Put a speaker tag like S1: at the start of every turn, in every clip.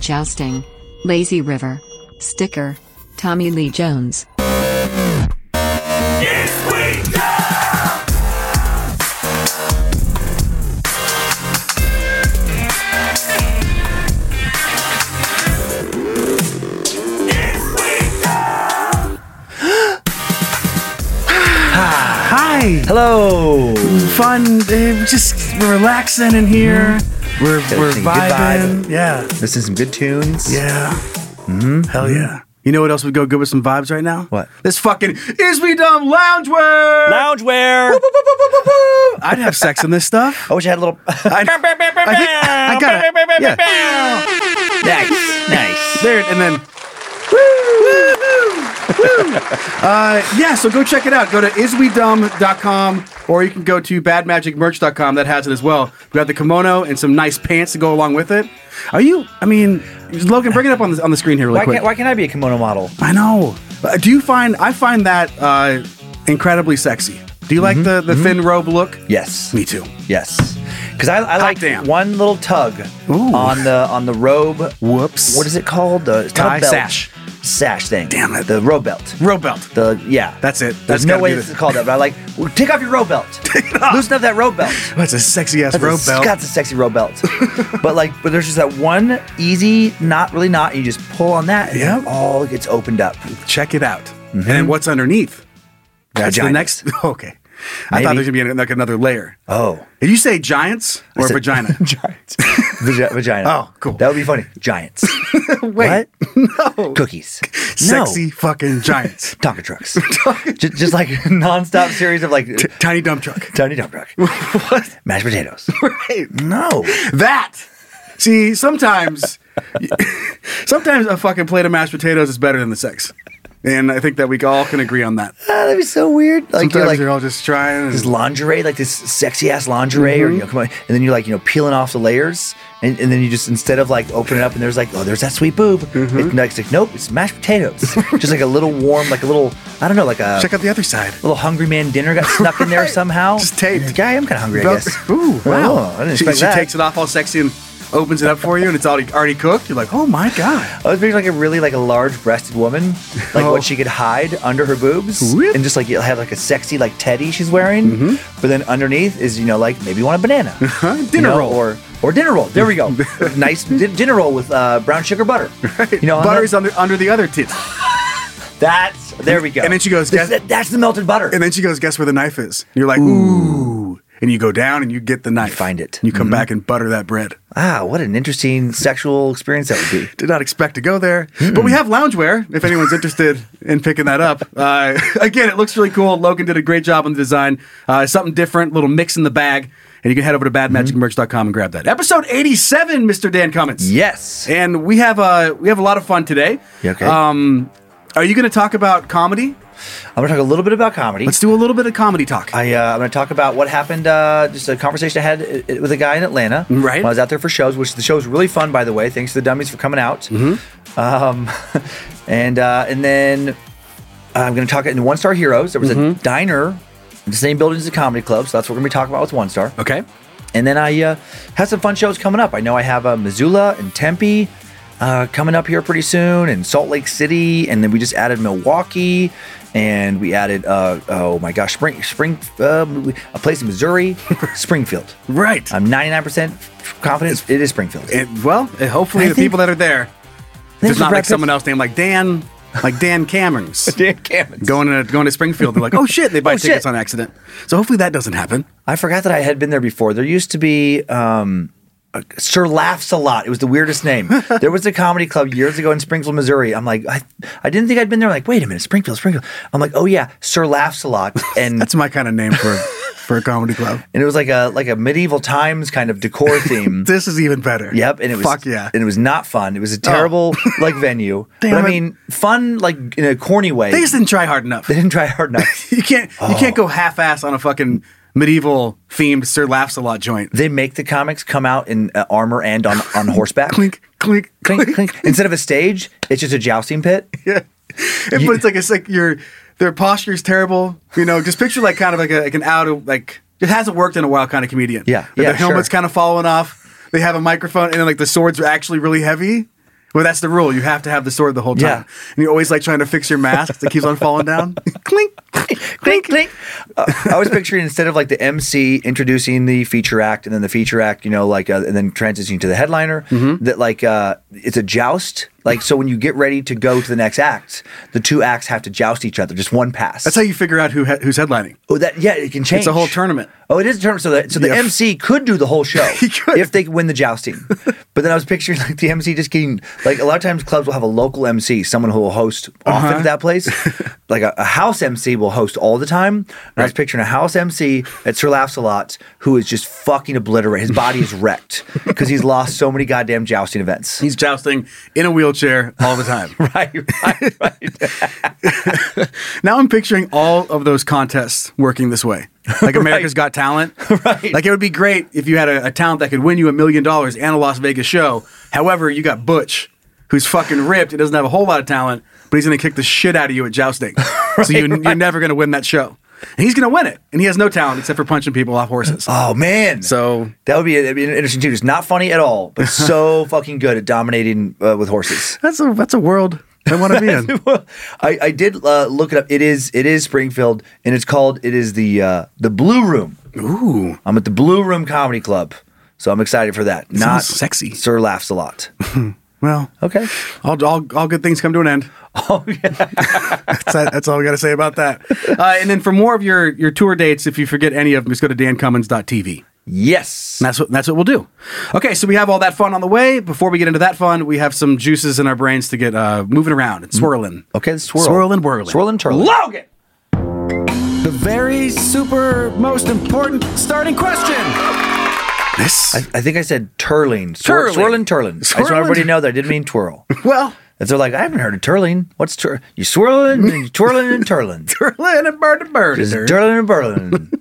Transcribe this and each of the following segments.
S1: Jousting. Lazy River. Sticker. Tommy Lee Jones.
S2: Hi.
S3: Hello.
S2: Fun. eh, Just we're relaxing in here.
S3: Mm-hmm.
S2: We're we're
S3: some good vibe.
S2: vibing. Yeah.
S3: Listen to some good tunes.
S2: Yeah. Hell yeah. You know what else would go good with some vibes right now?
S3: What?
S2: This fucking is we dumb loungewear.
S3: Loungewear.
S2: I'd have sex in this stuff.
S3: I wish I had a little.
S2: I, I, think, I got it. Yeah.
S3: nice. Nice.
S2: There and then. Woo! Woo! uh, yeah, so go check it out. Go to iswedumb.com or you can go to badmagicmerch.com that has it as well. We have the kimono and some nice pants to go along with it. Are you? I mean, Logan, bring it up on the on the screen here really
S3: Why
S2: quick.
S3: can't, why can't I be a kimono model?
S2: I know. Uh, Do you find I find that uh, incredibly sexy? Do you
S3: Mm-hmm,
S2: like the, the thin robe look?
S3: Yes.
S2: Me too.
S3: Yes. Because I, I like
S2: damn.
S3: one little tug
S2: Ooh.
S3: on the on the robe.
S2: Whoops.
S3: What is it called? The it's not
S2: Tie
S3: a belt.
S2: sash.
S3: Sash thing.
S2: Damn it.
S3: The robe belt.
S2: Robe belt.
S3: The yeah.
S2: That's it. That's
S3: There's no
S2: gotta
S3: way
S2: be
S3: it's
S2: the-
S3: called that. But I like well, take off your robe belt. Loosen up that robe belt.
S2: That's a sexy ass
S3: That's
S2: robe
S3: a,
S2: belt.
S3: That's a sexy robe belt. but like, but there's just that one easy, not really knot. And you just pull on that, and
S2: Yeah.
S3: it all gets opened up.
S2: check it out. And
S3: Mm-hmm.
S2: then what's underneath? That's the
S3: Vaginas.
S2: next. Okay. I thought
S3: Maybe.
S2: there should be like another layer.
S3: Oh,
S2: Did you say giants or
S3: said-
S2: vagina?
S3: giants. Vagi- vagina.
S2: Oh, cool.
S3: That would be funny. Giants.
S2: Wait,
S3: What? No. Cookies.
S2: Sexy
S3: No.
S2: fucking giants.
S3: Tonka trucks. just, just like nonstop series of like
S2: Tiny dump truck.
S3: tiny dump truck. what? Mashed potatoes.
S2: Right.
S3: No.
S2: That. See, sometimes, sometimes a fucking plate of mashed potatoes is better than the sex, and I think that we all can agree on that.
S3: Ah, that'd be so weird. Like
S2: Sometimes
S3: you're like
S2: you're all just trying.
S3: this
S2: And,
S3: lingerie, like this sexy ass lingerie, or you know,
S2: Mm-hmm.
S3: come on, and then you're like, you know, peeling off the layers, and, and then you just instead of like opening up, and there's like, oh, there's that sweet boob.
S2: Mm-hmm.
S3: It's, like, it's like, nope, it's mashed potatoes. just like a little warm, like a little, I don't know, like a
S2: check out the other side.
S3: little hungry man dinner got snuck in there somehow.
S2: Just taped.
S3: Yeah, I am kind of hungry, I guess.
S2: Ooh, wow!
S3: Oh, I didn't
S2: she,
S3: expect
S2: she
S3: that.
S2: takes it off all sexy and opens it up for you, and it's already already cooked. You're like, oh my god!
S3: I was picturing like a really like a large-breasted woman, like
S2: Oh.
S3: what she could hide under her boobs,
S2: Whoop.
S3: and just like you have like a sexy like teddy she's wearing, but then underneath is you know like maybe you want a banana,
S2: Mm-hmm. Dinner
S3: you know,
S2: roll.
S3: or or dinner roll. There we go, nice di- dinner roll with uh, brown sugar butter. You know,
S2: Butter is
S3: that,
S2: under under the other tit.
S3: that's there we go.
S2: And then she goes,
S3: This-
S2: "Guess-"
S3: that- that's the melted butter.
S2: And then she goes, "Guess where the knife is?" And you're like, "Ooh!" And you go down and you get the knife.
S3: find it. Mm-hmm.
S2: And you come back and butter that bread.
S3: ah, what an interesting sexual experience that would be.
S2: Did not expect to go there, but
S3: Hmm.
S2: we have loungewear. If anyone's interested in picking that up, uh, again, it looks really cool. Logan did a great job on the design. Uh, something different, little mix in the bag, and you can head over to badmagicmerch.com and grab that. Episode 87, Mr. Dan Cummins.
S3: Yes.
S2: And we have uh, we have a lot of fun today.
S3: Yeah, okay.
S2: Um, are you going to talk about comedy?
S3: I'm gonna talk a little bit about comedy.
S2: Let's do a little bit of comedy talk.
S3: I, uh, I'm going to talk about what happened. Uh, just a conversation I had uh, with a guy in Atlanta.
S2: Right.
S3: When I was out there for shows, which the show was really fun, by the way. Thanks to the dummies for coming out.
S2: Mm-hmm.
S3: Um, and uh, and then I'm going to talk in One Star Heroes. There was
S2: Mm-hmm.
S3: a diner in the same building as the comedy club, so that's what we're going to be talking about with One Star.
S2: okay.
S3: And then I uh, have some fun shows coming up. I know I have uh, Missoula and Tempe uh, coming up here pretty soon, and Salt Lake City, and then we just added Milwaukee, and we added uh, oh my gosh, Spring Spring uh, a place in Missouri, Springfield.
S2: Right.
S3: I'm 99% confident it is Springfield.
S2: It, well, it- hopefully
S3: I
S2: the
S3: think-
S2: people that are there, there's
S3: for
S2: not
S3: Brad
S2: like
S3: Pitt-
S2: someone else named like Dan, like Dan Camerons
S3: Dan Cammons.
S2: going to going to Springfield. They're like, oh shit, they buy
S3: Oh, shit.
S2: tickets on accident. So hopefully that doesn't happen.
S3: I forgot that I had been there before. There used to be um, a- Sir Laughs a Lot. It was the weirdest name. there was a comedy club years ago in Springfield, Missouri. I'm like, I, I didn't think I'd been there. I'm like, wait a minute, Springfield, Springfield. I'm like, oh yeah, Sir Laughs a Lot, and
S2: That's my kind of name for for a comedy club.
S3: and it was like a like a medieval times kind of decor theme.
S2: This is even better.
S3: Yep, and it was
S2: fuck yeah. Oh.
S3: and it was not fun. It was a terrible like venue,
S2: Damn
S3: but I
S2: it.
S3: mean, fun like in a corny way.
S2: they just didn't try hard enough.
S3: They didn't try hard enough.
S2: You can't you can't
S3: Oh.
S2: go half ass on a fucking medieval themed Sir Laughs a Lot joint.
S3: they make the comics come out in uh, armor and on on horseback.
S2: Clink clink
S3: Clink,
S2: clink.
S3: clink. Instead of a stage, it's just a jousting pit.
S2: Yeah. And, but it's like it's like your their posture is terrible. You know, just picture like kind of like, a, like an out of like it hasn't worked in a while kind of comedian.
S3: Yeah, yeah,
S2: Their- their helmet's
S3: sure.
S2: kind of falling off. They have a microphone, and then like the swords are actually really heavy. Well, that's the rule. You have to have the sword the whole time,
S3: Yeah.
S2: and you're always like trying to fix your mask that keeps on falling down. Clink.
S3: clink, clink. Uh, I was picturing instead of like the MC introducing the feature act and then the feature act, you know, like, uh, and then transitioning to the headliner,
S2: Mm-hmm.
S3: that like uh, it's a joust. Like, so when you get ready to go to the next act, the two acts have to joust each other, just one pass.
S2: That's how you figure out who he- who's headlining.
S3: Oh, that yeah, it can change.
S2: It's a whole tournament.
S3: Oh, it is a tournament. So that so the
S2: Yeah.
S3: MC could do the whole show
S2: He could.
S3: if they could win the jousting. but then I was picturing like the MC just getting like a lot of times clubs will have a local MC, someone who will host
S2: Uh-huh.
S3: often at that place. like a, a house MC will host all the time. And I was picturing a house MC at Sir Laughs a lot who is just fucking obliterated. His body is wrecked because he's lost so many goddamn jousting events.
S2: He's jousting in a wheelchair all the time.
S3: right, right, right.
S2: Now I'm picturing all of those contests working this way. Like America's Got Talent.
S3: Right.
S2: Like it would be great if you had a, a talent that could win you a million dollars and a Las Vegas show. However, you got Butch, who's fucking ripped and doesn't have a whole lot of talent, but he's going to kick the shit out of you at jousting. so you, you're never going to win that show. And he's going to win it. And he has no talent except for punching people off horses.
S3: Oh man!
S2: So-
S3: that would be, that'd be interesting too. It's not funny at all, but so fucking good at dominating uh, with horses.
S2: That's a that's a world I want to be in.
S3: I, I did uh, look it up. It is it is Springfield, and it's called it is the uh, the Blue Room.
S2: Ooh.
S3: I'm at the Blue Room Comedy Club, so I'm excited for that. Not
S2: sexy.
S3: Sir laughs a lot.
S2: Well,
S3: Okay.
S2: all, all, all good things come to an end.
S3: oh yeah.
S2: that's, that's all I got to say about that. Uh, and then for more of your your tour dates, if you forget any of them, just go to dancummins.tv.
S3: Yes.
S2: And that's what that's what we'll do. Okay, so we have all that fun on the way. Before we get into that fun, we have some juices in our brains to get uh, moving around and swirling.
S3: Okay. Swirl.
S2: Swirling, whirling.
S3: Swirling, twirling.
S2: Logan.
S4: The very super most important starting question.
S2: This.
S3: I think I said turling. Swir- swirling,
S2: Twirling.
S3: turling. I just want
S2: Swirling.
S3: everybody to know that I didn't mean twirl.
S2: well,
S3: If they're like, I haven't heard of turling. What's tur? You swirling and you twirling and turling.
S2: twirling and bird to bird.
S3: Is it
S2: Dirt.
S3: turling and burling.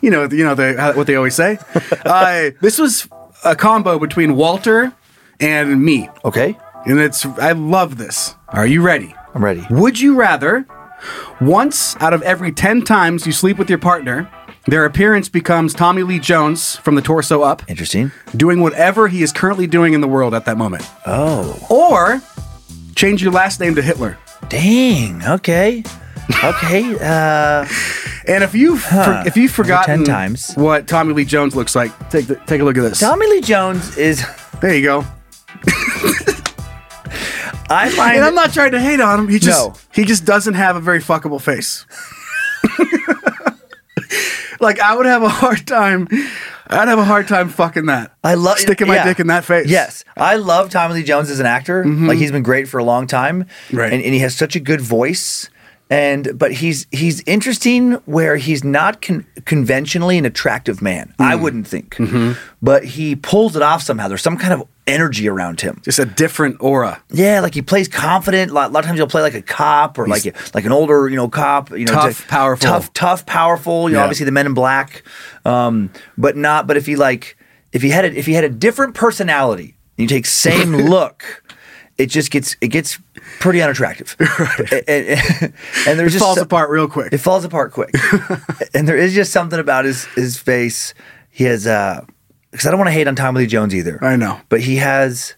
S2: You know, you know the, how, what they always say. uh, this was a combo between Walter and me,
S3: Okay,
S2: and it's I love this. Are you ready?
S3: I'm ready.
S2: Would you rather once out of every 10 times you sleep with your partner, their appearance becomes Tommy Lee Jones from the torso up,
S3: Interesting.
S2: doing whatever he is currently doing in the world at that moment?
S3: Oh,
S2: Or change your last name to Hitler.
S3: dang. Okay, okay. Uh,
S2: And if you've for-
S3: Huh.
S2: if you've
S3: Over 10
S2: forgotten
S3: times.
S2: what Tommy Lee Jones looks like, take the, take a look at this.
S3: Tommy Lee Jones is.
S2: There you go.
S3: I find.
S2: And I'm not trying to hate on him. He just
S3: No.
S2: he just doesn't have a very fuckable face. like I would have a hard time. I'd have a hard time fucking that.
S3: I love
S2: sticking my
S3: yeah.
S2: dick in that face. Mm-hmm.
S3: Yes, I love Tommy Lee Jones as an actor. Like he's been great for a long time,
S2: Right.
S3: And, and he has such a good voice. And but he's he's interesting where he's not con- conventionally an attractive man. I
S2: Mm.
S3: wouldn't think,
S2: Mm-hmm.
S3: but he pulls it off somehow. There's some kind of energy around him.
S2: Just a different aura.
S3: Yeah, like he plays confident. A lot, a lot of times he'll play like a cop or like like an older, you know, cop. You know,
S2: Tough,
S3: to-
S2: powerful.
S3: tough, tough, powerful. You know,
S2: Yeah.
S3: obviously the Men in Black, um, but not. But if he like, if he had a, if he had a different personality, you take same look, it just gets it gets pretty unattractive. and, and, and there's
S2: It
S3: just
S2: falls
S3: so-
S2: apart real quick.
S3: It falls apart quick, and there is just something about his his face. He has uh, because I don't want to hate on Tommy Lee Jones either.
S2: I know.
S3: but he has.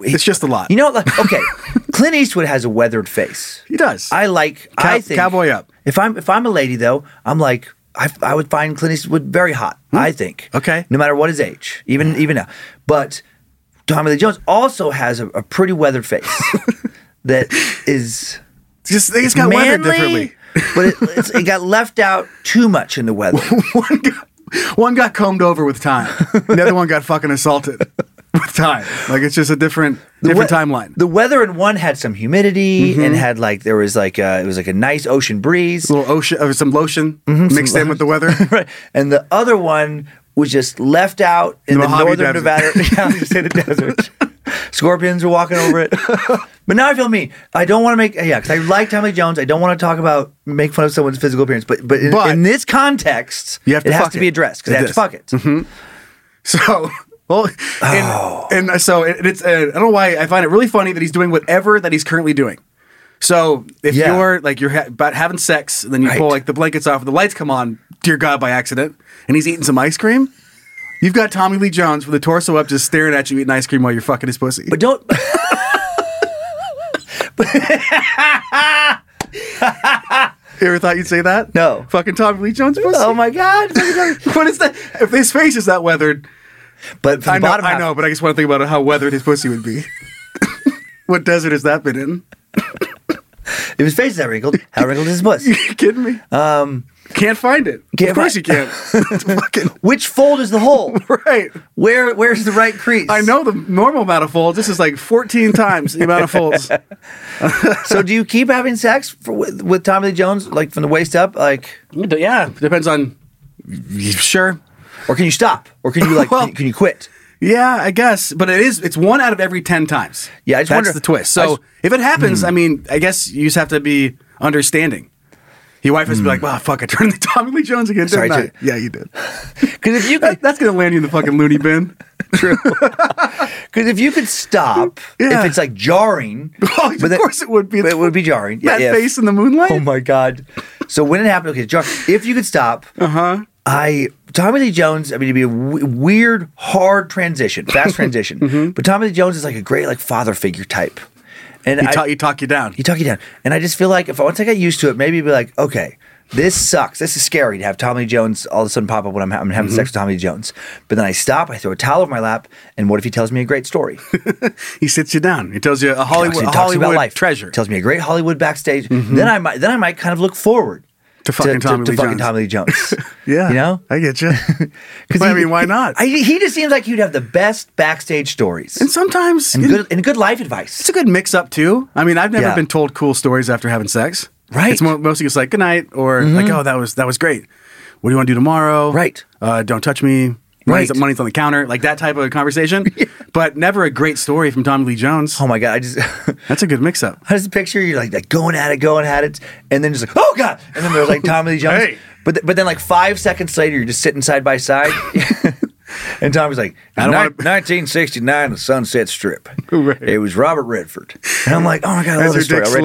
S2: it's just a lot.
S3: You know, like okay, Clint Eastwood has a weathered face.
S2: he does.
S3: I like.
S2: Cow-
S3: I think
S2: cowboy up.
S3: If I'm if I'm a lady though, I'm like I, I would find Clint Eastwood very hot. I think.
S2: Hmm. Okay.
S3: No matter what his age, even even now, but Tommy Lee Jones also has a, a pretty weathered face that is
S2: Just they just got
S3: manly,
S2: weathered differently.
S3: but it, it's, it got left out too much in the weather.
S2: One got, one got combed over with time. The other one got fucking assaulted with time. Like it's just a different different
S3: we-
S2: timeline. Mm-hmm.
S3: The weather in one had some humidity and had like there was like a, it was like a nice ocean breeze,
S2: little ocean or some lotion
S3: Mm-hmm,
S2: mixed in with the weather.
S3: right? And the other one was just left out in
S2: The
S3: the,
S2: Mojave
S3: northern
S2: Desert.
S3: Nevada, yeah, I was gonna say the desert. Scorpions were walking over it. But now I feel mean. I don't want to make yeah, because I like Tommy Lee Jones. I don't want to talk about make fun of someone's physical appearance, but but in,
S2: But-
S3: in this context,
S2: You have to
S3: it
S2: fuck
S3: has to be
S2: it.
S3: addressed because
S2: It
S3: they have to
S2: is. Mm-hmm.
S3: fuck it.
S2: So, well, and,
S3: Oh.
S2: and so it, it's, uh, I don't know why I find it really funny that he's doing whatever that he's currently doing. So if
S3: Yeah.
S2: you're like you're ha- about having sex, and then you
S3: Right.
S2: pull like the blankets off, and the lights come on, dear God, by accident, and he's eating some ice cream. You've got Tommy Lee Jones with the torso up, just staring at you eating ice cream while you're fucking his pussy.
S3: But don't.
S2: you ever thought you'd say that?
S3: No.
S2: Fucking Tommy Lee Jones pussy.
S3: Oh my God!
S2: What is that? If his face is that weathered,
S3: But from
S2: I
S3: the
S2: know,
S3: bottom
S2: I
S3: half-
S2: know, but I just want to think about how weathered his pussy would be. what desert has that been in?
S3: If his face is that wrinkled, how wrinkled is his puss?
S2: you kidding me? Um, can't find it.
S3: can't
S2: of course
S3: fi-
S2: you can't. It's fucking
S3: Which fold is the hole?
S2: right.
S3: Where where's the right crease?
S2: I know the normal amount of folds. This is like 14 times the amount of folds.
S3: So do you keep having sex for, with, with Tommy Lee Jones, like from the waist up, like,
S2: yeah, depends on. Sure.
S3: or can you stop, or can you like,
S2: Well-
S3: can, can you quit?
S2: Yeah, I guess, but it is. It's one out of every 10 times.
S3: Yeah, I just
S2: that's
S3: wonder-
S2: the twist.
S3: I
S2: So
S3: just- Hmm.
S2: if it happens, I mean, I guess you just have to be understanding. Your wife has to be like, "Wow, fuck! I turned into Tommy Lee Jones again,
S3: Hmm. Sorry,
S2: didn't I?"
S3: dude.
S2: Yeah, you did.
S3: Because if you could,
S2: That- that's gonna land you in the fucking loony bin.
S3: true. Because if you could stop,
S2: uh, Yeah.
S3: if it's like jarring,
S2: Oh, of
S3: but that-
S2: course it would be.
S3: It would be jarring.
S2: That
S3: if-
S2: face in the moonlight.
S3: Oh my god! So when it happened, okay, jarring. If you could stop, uh
S2: Uh-huh.
S3: huh. I Tommy Lee Jones. I mean, it'd be a w- weird, hard transition, fast transition.
S2: Mm-hmm.
S3: But Tommy Lee Jones is like a great like father figure type, and
S2: He
S3: I,
S2: ta- you talk you down.
S3: He took you down. And I just feel like if once I got used to it, maybe it'd be like, okay, this sucks. This is scary to have Tommy Lee Jones all of a sudden pop up when I'm, ha- I'm having sex
S2: Mm-hmm.
S3: with Tommy Lee Jones. But then I stop, I throw a towel over my lap, and what if he tells me a great story?
S2: He sits you down. He tells you a
S3: He
S2: Hollywood,
S3: talks
S2: a Hollywood treasure. Mm-hmm.
S3: Tells me a great Hollywood backstage. Then I might then I might kind of look forward
S2: To fucking Tommy
S3: to
S2: Lee
S3: fucking
S2: Jones.
S3: Tommy Lee Jones.
S2: yeah,
S3: You know?
S2: I get you.
S3: 'Cause
S2: Well, I
S3: he-
S2: mean, why not?
S3: I, he just seems like he'd have the best backstage stories
S2: and sometimes
S3: and
S2: you know,
S3: good and good life advice.
S2: it's a good mix up too. I mean, I've never
S3: Yeah.
S2: been told cool stories after having sex.
S3: Right. Mm-hmm.
S2: It's mo- mostly just like good night or like oh that was that was great. What do you want to do tomorrow?
S3: Right.
S2: Uh, don't touch me. Money's,
S3: Right.
S2: money's on the counter, like that type of conversation. But never a great story from Tommy Lee Jones.
S3: Oh my god! I just
S2: That's a good mix up.
S3: I just picture you like, like going at it, going at it, and then just like, oh god, and then there's like Tommy Lee Jones.
S2: Hey.
S3: But th- but then like five seconds later, you're just sitting side by side, and Tommy's like,
S2: I don't
S3: "Nin-
S2: wanna-
S3: 1969, the Sunset Strip.
S2: Right.
S3: It was Robert Redford, and I'm like, oh my god, I
S2: As
S3: love this story
S2: your
S3: already.
S2: dick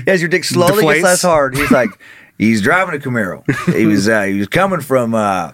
S2: slowly
S3: as your dick slowly
S2: deflates.
S3: gets less hard, he's like. He's driving a Camaro. He was uh, he was coming from uh,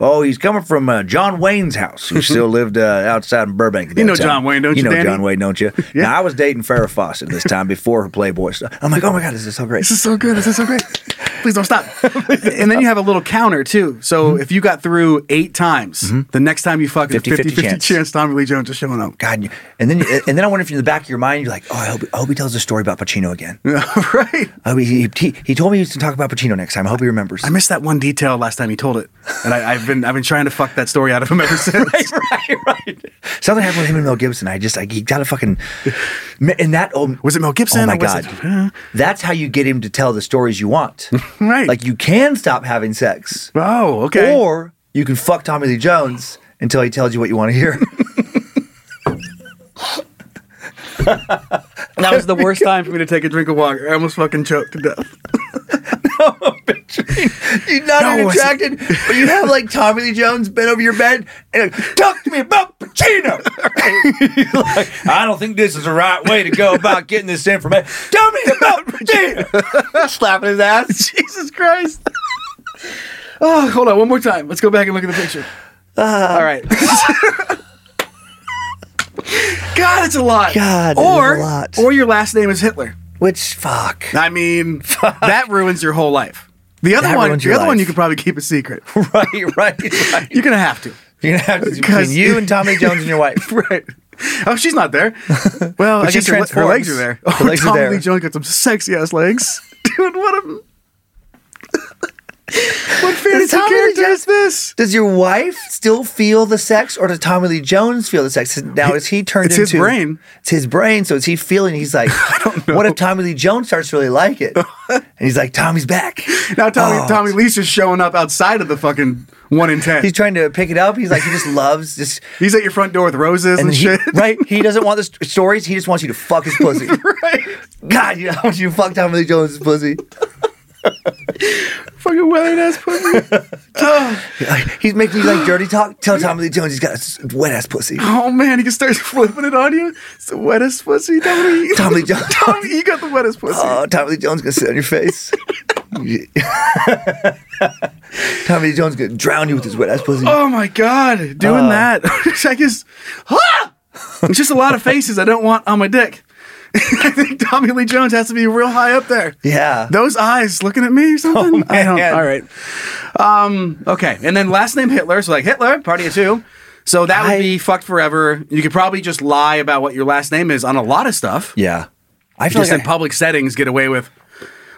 S3: oh he's coming from uh, John Wayne's house, who still lived uh, outside in Burbank. at
S2: You
S3: that
S2: know
S3: time.
S2: John Wayne, don't you,
S3: You know
S2: Danny?
S3: John Wayne, don't you? Now I was dating Farrah Fawcett this time before her Playboy stuff. I'm like, oh my god, this is so great.
S2: This is so good. This is so great. Please don't stop. Mm-hmm. and then you have a little counter too. So if you got through eight times, the next time you fuck, 50
S3: 50-50
S2: 50 Mm-hmm. chance.
S3: chance.
S2: Tommy Lee Jones is showing up.
S3: God, you- and then and then I wonder if in the back of your mind you're like, oh, I hope, I hope he tells a story about Pacino again.
S2: right.
S3: I hope he, he, he told me he was to talk about Pacino next time. I hope he remembers.
S2: I missed that one detail last time he told it, and I, I've been I've been trying to fuck that story out of him ever since.
S3: right, right. Something happened with him and Mel Gibson. I just, I, he got a fucking, and that oh,
S2: Was it Mel Gibson
S3: Oh my
S2: or was it-
S3: god, that's how you get him to tell the stories you want.
S2: Right.
S3: like you can stop having sex,
S2: Oh, okay.
S3: or you can fuck Tommy Lee Jones until he tells you what you want to hear.
S2: that was the worst time for me to take a drink of water. I almost fucking choked to death.
S3: You're not
S2: No,
S3: even
S2: it's-
S3: attracted, but you have like Tommy Lee Jones bent over your bed and like, talk to me about Pacino. You're like, I don't think this is the right way to go about getting this information. Tell me about Pacino. Slapping his ass.
S2: Jesus Christ. Oh, hold on, one more time. Let's go back and look at the picture.
S3: Uh,
S2: All right. God, it's a lot.
S3: God, it is a
S2: or
S3: lot.
S2: or your last name is Hitler.
S3: Which fuck.
S2: I mean, that ruins your whole life. The other
S3: That
S2: one,
S3: ruins
S2: the
S3: your
S2: other one,
S3: life.
S2: you could probably keep a secret.
S3: right, right, right.
S2: You're gonna have to.
S3: You're gonna have to between
S2: Because-
S3: you and Tommy Jones and your wife.
S2: Right. Oh, she's not there. Well, I
S3: she
S2: guess her, le- her legs
S3: transforms.
S2: are there. Oh,
S3: Her legs are
S2: Tommy
S3: there.
S2: Lee Jones got some sexy ass legs. Dude, what a what fantasy
S3: Tommy Lee
S2: character is this?
S3: Does your wife still feel the sex, or does Tommy Lee Jones feel the sex? Now is he turned
S2: It's
S3: into
S2: his brain.
S3: It's his brain. So is he feeling? He's like, what if Tommy Lee Jones starts to really like it? and he's like, Tommy's back.
S2: Now Tommy
S3: Oh,
S2: Tommy Lee's just showing up outside of the fucking one in ten.
S3: He's trying to pick it up. He's like, he just loves just.
S2: He's at your front door with roses and,
S3: he,
S2: shit.
S3: right? He doesn't want the st- stories. He just wants you to fuck his pussy.
S2: right.
S3: God, you know, I want you to fuck Tommy Lee Jones' pussy.
S2: Fucking weathered ass pussy.
S3: Like, he's making you like dirty talk. Tell Tommy Lee Jones he's got a s- wet ass pussy.
S2: Oh man, he just starts flipping it on you. It's the wettest pussy, Tommy. Uh. Lee.
S3: Tommy Jones.
S2: Tommy, you got the wettest pussy.
S3: Oh, Tommy Lee Jones gonna sit on your face. Tommy Lee Jones gonna drown you with his wet ass pussy.
S2: Oh my god, doing that. I just ah! It's just a lot of faces I don't want on my dick. I think Tommy Lee Jones has to be real high up there.
S3: Yeah. Oh,
S2: Those eyes looking at me or something? I don't
S3: man.
S2: Oh, all right. Um okay. And then last name Hitler, so like Hitler, party of two. So that would be fucked forever. You could probably just lie about what your last name is on a lot of stuff.
S3: Yeah. I feel
S2: Just
S3: like I-
S2: in public settings get away with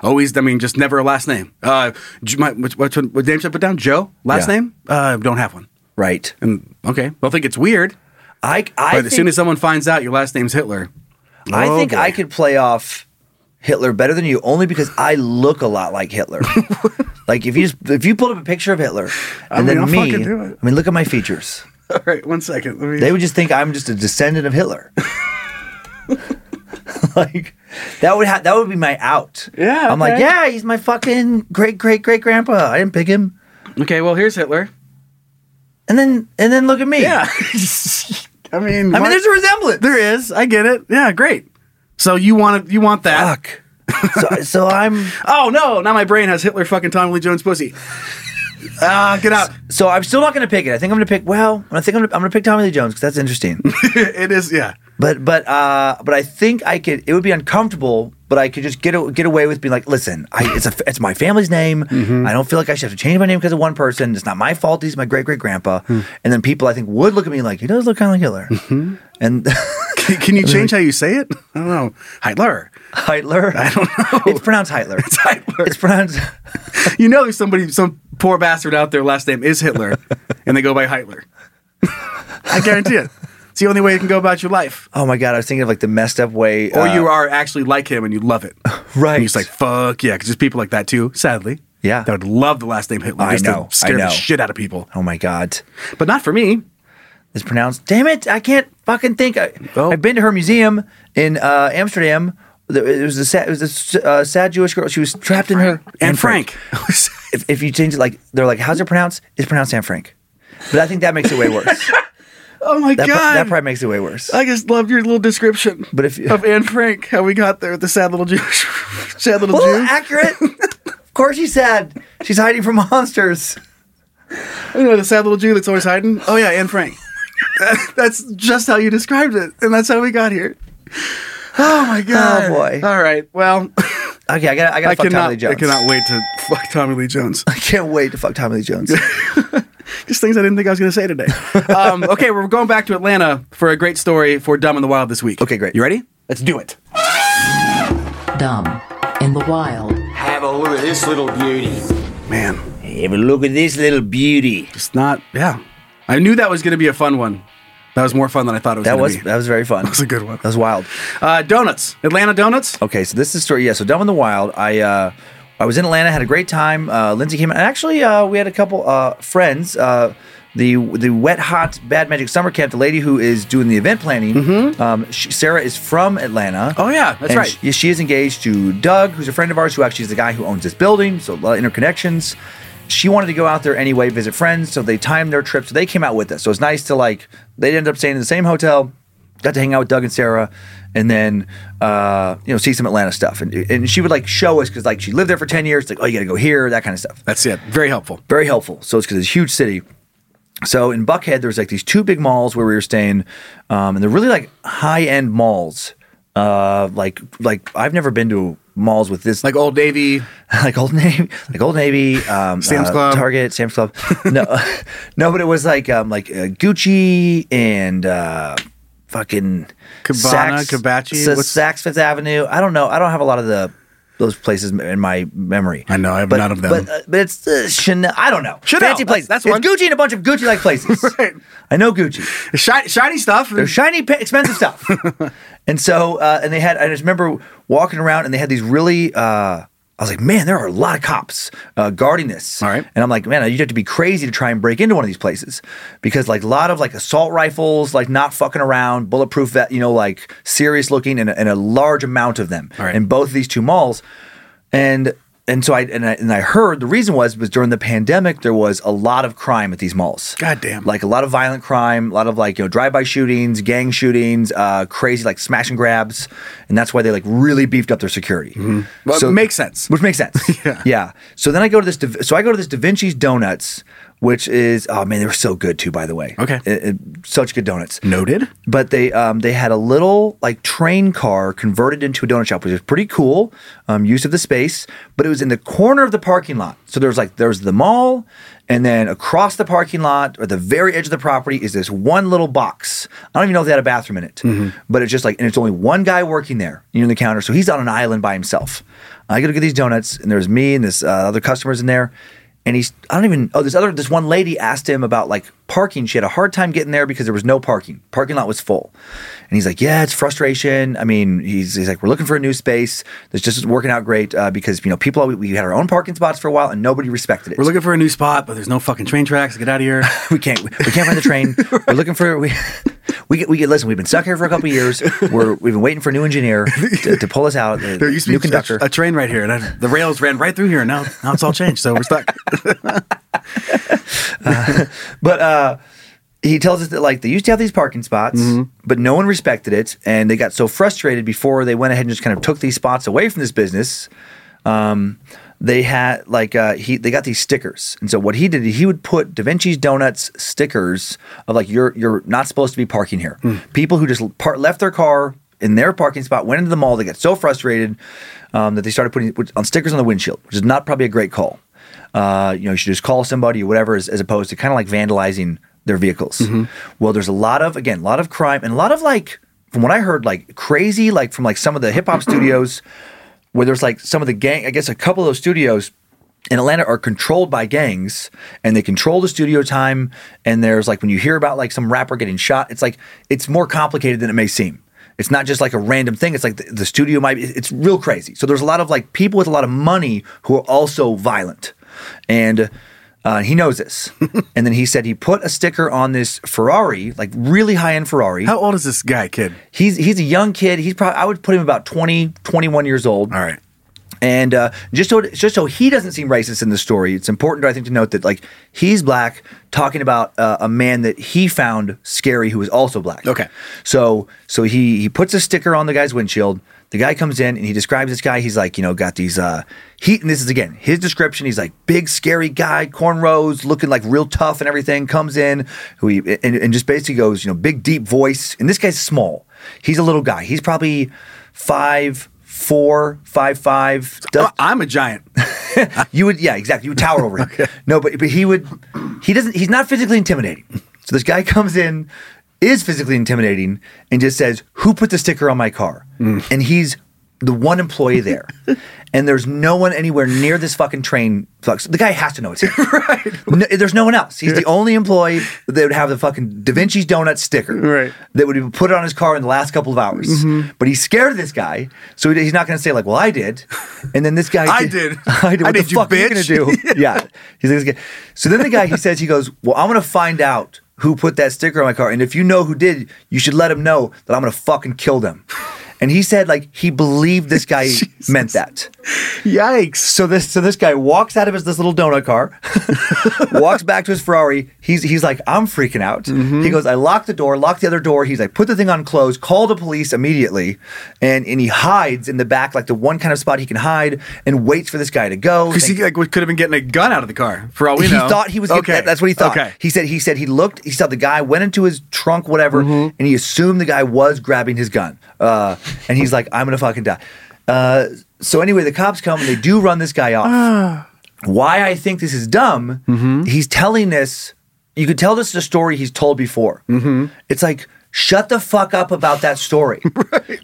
S2: always I mean just never a last name. Uh J- my what, what, what name should I put down? Joe? Last
S3: Yeah.
S2: name? Uh don't have one.
S3: right.
S2: And okay, they'll think it's weird,
S3: I I
S2: but
S3: think,
S2: as soon as someone finds out your last name's Hitler,
S3: I
S2: Oh,
S3: think
S2: boy.
S3: I could play off Hitler better than you only because I look a lot like Hitler. like if you just, if you pulled up a picture of Hitler and
S2: mean,
S3: then
S2: I'll
S3: me,
S2: fucking do it.
S3: I mean look at my features.
S2: all right, one second. Let me.
S3: They would just think I'm just a descendant of Hitler. like that would ha- that would be my out.
S2: Yeah,
S3: I'm like,
S2: okay.
S3: yeah, he's my fucking great great great grandpa. I didn't pick him.
S2: okay, well here's Hitler.
S3: And then and then look at me.
S2: Yeah, I mean,
S3: I mean, there's a resemblance.
S2: there is. I get it. Yeah, great. So you want to, you want that?
S3: Fuck. so, so I'm
S2: Oh no! Now my brain has Hitler fucking Tommy Lee Jones pussy. Ah, get out!
S3: so I'm still not gonna pick it. I think I'm gonna pick. Well, I think I'm gonna, I'm gonna pick Tommy Lee Jones because that's interesting.
S2: it is. Yeah.
S3: But but uh, but I think I could. It would be uncomfortable, but I could just get a, get away with being like, listen, I, it's a it's my family's name. I don't feel like I should have to change my name because of one person. It's not my fault. He's my great great grandpa. And then people I think would look at me like, he does look kind of like Hitler. And
S2: Can, can you change how you say it? I don't know. Hitler.
S3: Hitler, I don't know. It's pronounced Hitler. It's
S2: Hitler.
S3: It's pronounced.
S2: You know, there's somebody, some poor bastard out there. Last name is Hitler, and they go by Hitler. I guarantee it. It's the only way you can go about your life.
S3: Oh my god, I was thinking of like the messed up way.
S2: Or
S3: uh,
S2: you are actually like him and you love it.
S3: right.
S2: And you're just like, fuck yeah. Because there's people like that too, sadly.
S3: Yeah.
S2: That would love the last name Hitler.
S3: I
S2: just to
S3: know, I
S2: scare
S3: know.
S2: the shit out of people.
S3: oh my god.
S2: But not for me.
S3: is pronounced. Damn it! I can't fucking think. I,
S2: Oh.
S3: I've been to her museum in uh, Amsterdam. There- It was a sad, it was a s- uh, sad Jewish girl. She was trapped in her.
S2: And,
S3: Anne
S2: Frank.
S3: If, if you change it, like they're like, how's it pronounced? It's pronounced Anne Frank. But I think that makes it way worse. that,
S2: oh my
S3: pro-
S2: God.
S3: that probably makes it way worse.
S2: I just loved your little description
S3: But if you-
S2: of Anne Frank, how we got there with the sad little Jewish, sad little
S3: well,
S2: Jew.
S3: accurate. of course, she's sad. She's hiding from monsters.
S2: you know, the sad little Jew that's always hiding. Oh yeah, Anne Frank. that's just how you described it, and that's how we got here. Oh my God.
S3: boy.
S2: All right. Well,
S3: Okay, I got. I got
S2: I
S3: to fuck Tommy Lee
S2: cannot.
S3: Jones.
S2: I cannot wait to fuck Tommy Lee Jones.
S3: I can't wait to fuck Tommy Lee Jones.
S2: just things I didn't think I was going to say today. Um, okay, we're going back to Atlanta for a great story for Dumb in the Wild this week.
S3: Okay, great.
S2: You ready? Let's do it.
S1: Dumb in the wild.
S5: Have a look at this little beauty.
S2: Man,
S3: hey, but look at this little beauty.
S2: it's not. Yeah, I knew that was going to be a fun one. That was more fun than I thought it was.
S3: That
S2: gonna
S3: was
S2: be.
S3: that was very fun. That
S2: was a good one.
S3: That was wild.
S2: uh, donuts. Atlanta donuts.
S3: Okay, so this is the story. Yeah, so Dumb in the Wild. I uh, I was in Atlanta, had a great time. Uh, Lindsay came out, and actually, uh, we had a couple uh, friends. Uh, the the Wet Hot Bad Magic Summer Camp. The lady who is doing the event planning, um, she, Sarah is from Atlanta.
S2: Mm-hmm. Oh, yeah, that's
S3: And
S2: right.
S3: She, she is engaged to Doug, who's a friend of ours, who actually is the guy who owns this building. So a lot of interconnections. She wanted to go out there anyway, visit friends. So they timed their trip. So they came out with us. So it's nice to like. They ended up staying in the same hotel got to hang out with Doug and Sarah, and then uh, you know see some Atlanta stuff. And and she would like show us because like she lived there for ten years. Like oh you got to go here, that kind of stuff.
S2: That's it. Very helpful.
S3: Very helpful. So it's because it's a huge city. So in Buckhead, there's like these two big malls where we were staying, um, and they're really like high end malls. Uh, like like I've never been to malls with this
S2: Like Old Navy.
S3: like Old Navy, like Old Navy, um,
S2: Sam's
S3: uh,
S2: Club.
S3: Target, Sam's Club. No, no, but it was like um, like uh, Gucci and uh, fucking
S2: Cabana,
S3: Saks,
S2: Kibachi,
S3: Sa-
S2: what's-
S3: Saks Fifth Avenue. I don't know. I don't have a lot of the those places m- in my memory.
S2: I know, I have
S3: but,
S2: none of them.
S3: But, uh, but it's uh, Chanel. I don't know.
S2: Chanel,
S3: Fancy
S2: that's-
S3: places.
S2: that's
S3: it's
S2: one.
S3: Gucci and a bunch of Gucci like places.
S2: Right.
S3: I know Gucshi.
S2: Shiny, shiny stuff.
S3: They're shiny, pa- expensive stuff. and so, uh, and they had, I just remember walking around and they had these really, uh, I was like, man, there are a lot of cops uh, guarding this.
S2: All right.
S3: And I'm like, man, you'd have to be crazy to try and break into one of these places because, like, a lot of like assault rifles, like not fucking around, bulletproof, that, you know, like serious looking and a, and a large amount of them
S2: All right.
S3: in both of these two malls. And, and so I and, I and I heard the reason was was during the pandemic there was a lot of crime at these malls.
S2: Goddamn.
S3: Like a lot of violent crime, a lot of like you know drive-by shootings, gang shootings, uh, crazy like smash and grabs, and that's why they like really beefed up their security.
S2: Mm-hmm. Well, it makes sense.
S3: Which makes sense. yeah. So then I go to this. Da- so I go to this Da Vinci's Donuts, which is oh man, they were so good too. By the way.
S2: Okay.
S3: It- it- such good donuts.
S2: Noted.
S3: But they um, they had a little like train car converted into a donut shop, which was pretty cool um, use of the space. But it was in the corner of the parking lot, so there was like there was the mall, and then across the parking lot or the very edge of the property is this one little box. I don't even know if they had a bathroom in it, but it's just like and it's only one guy working there you know, the counter, so he's on an island by himself. I go to get these donuts, and there's me and this uh, other customers in there. And he's, I don't even, oh, this other, this one lady asked him about like parking. She had a hard time getting there because there was no parking. Parking lot was full. And he's like, yeah, it's frustration. I mean, he's, he's like, we're looking for a new space. This just isn't working out great uh, because, you know, people, we, we had our own parking spots for a while and nobody respected it.
S2: We're looking for a new spot, but there's no fucking train tracks. Get out of here.
S3: we can't, we can't find the train. We're looking for, we, we, get, we get, listen, we've been stuck here for a couple of years. We're, we've been waiting for a new engineer to, to pull us out. a
S2: There used to
S3: new
S2: be a, a train right here, and I, the rails ran right through here, and now, now it's all changed, so we're stuck.
S3: But uh, he tells us that like they used to have these parking spots, but no one respected it, and they got so frustrated before they went ahead and just kind of took these spots away from this business. Um, they had like uh, he they got these stickers, and so what he did he would put Da Vinci's Donuts stickers of like you're you're not supposed to be parking here. People who just part left their car in their parking spot went into the mall. They got so frustrated um, that they started putting on stickers on the windshield, which is not probably a great call uh, you know, you should just call somebody or whatever, as, as opposed to kind of like vandalizing their vehicles. Well, there's a lot of, again, a lot of crime and a lot of like, from what I heard, like crazy, like from like some of the hip hop studios where there's like some of the gang, I guess a couple of those studios in Atlanta are controlled by gangs and they control the studio time. And there's like, when you hear about like some rapper getting shot, it's like, it's more complicated than it may seem. It's not just like a random thing. It's like the, the studio might, it- it's real crazy. So there's a lot of like people with a lot of money who are also violent and uh, he knows this. and then he said he put a sticker on this Ferrari, like really high end Ferrari.
S2: How old is this guy, kid?
S3: He's he's a young kid. He's probably I would put him about 20, 21 years old.
S2: All right.
S3: And uh, just so just so he doesn't seem racist in the story, it's important I think to note that like he's black, talking about uh, a man that he found scary who was also black.
S2: Okay.
S3: So so he he puts a sticker on the guy's windshield. The guy comes in and he describes this guy. He's like, you know, got these uh he and this is again his description. He's like big scary guy, cornrows, looking like real tough and everything. Comes in who he and, and just basically goes, you know, big deep voice. And this guy's small. He's a little guy. He's probably five four, five five. Does-
S2: Oh, I'm a giant.
S3: you would, yeah, exactly. You would tower over him. No, but but he would. He doesn't. He's not physically intimidating. So this guy comes in, is physically intimidating, and just says, "Who put the sticker on my car?" And he's the one employee there, and there's no one anywhere near this fucking train. Fuck, so the guy has to know it's him. right. there's no one else. He's the only employee that would have the fucking Da Vinci's donut sticker.
S2: Right.
S3: That would be put on his car in the last couple of hours. But he's scared of this guy, so he- he's not going to say like, "Well, I did," and then this guy
S2: I did.
S3: I did.
S2: I
S3: What the
S2: did, you
S3: fuck are you gonna
S2: bitch.
S3: do? yeah. He's like, this guy- so then the guy he says he goes, well, I'm gonna find out who put that sticker on my car, and if you know who did, you should let him know that I'm gonna fucking kill them. And he said like he believed this guy meant that.
S2: Yikes.
S3: So this so this guy walks out of his this little donut car, walks back to his Ferrari. He's he's like, I'm freaking out. He goes, I locked the door, locked the other door. He's like, put the thing on close, call the police immediately, and and he hides in the back, like the one kind of spot he can hide, and waits for this guy to go.
S2: Because
S3: Think-
S2: he like, could have been getting a gun out of the car, for all we know.
S3: he thought he was getting, that- that's what he thought.
S2: Okay.
S3: He said he said he looked, he saw the guy went into his trunk, whatever,
S2: Mm-hmm.
S3: and he assumed the guy was grabbing his gun. Uh, and he's like, I'm gonna fucking die. Uh, So anyway, the cops come and they do run this guy off. Why I think this is dumb,
S2: Mm-hmm.
S3: he's telling this. You could tell this is a story he's told before. Mm-hmm. It's like, shut the fuck up about that story.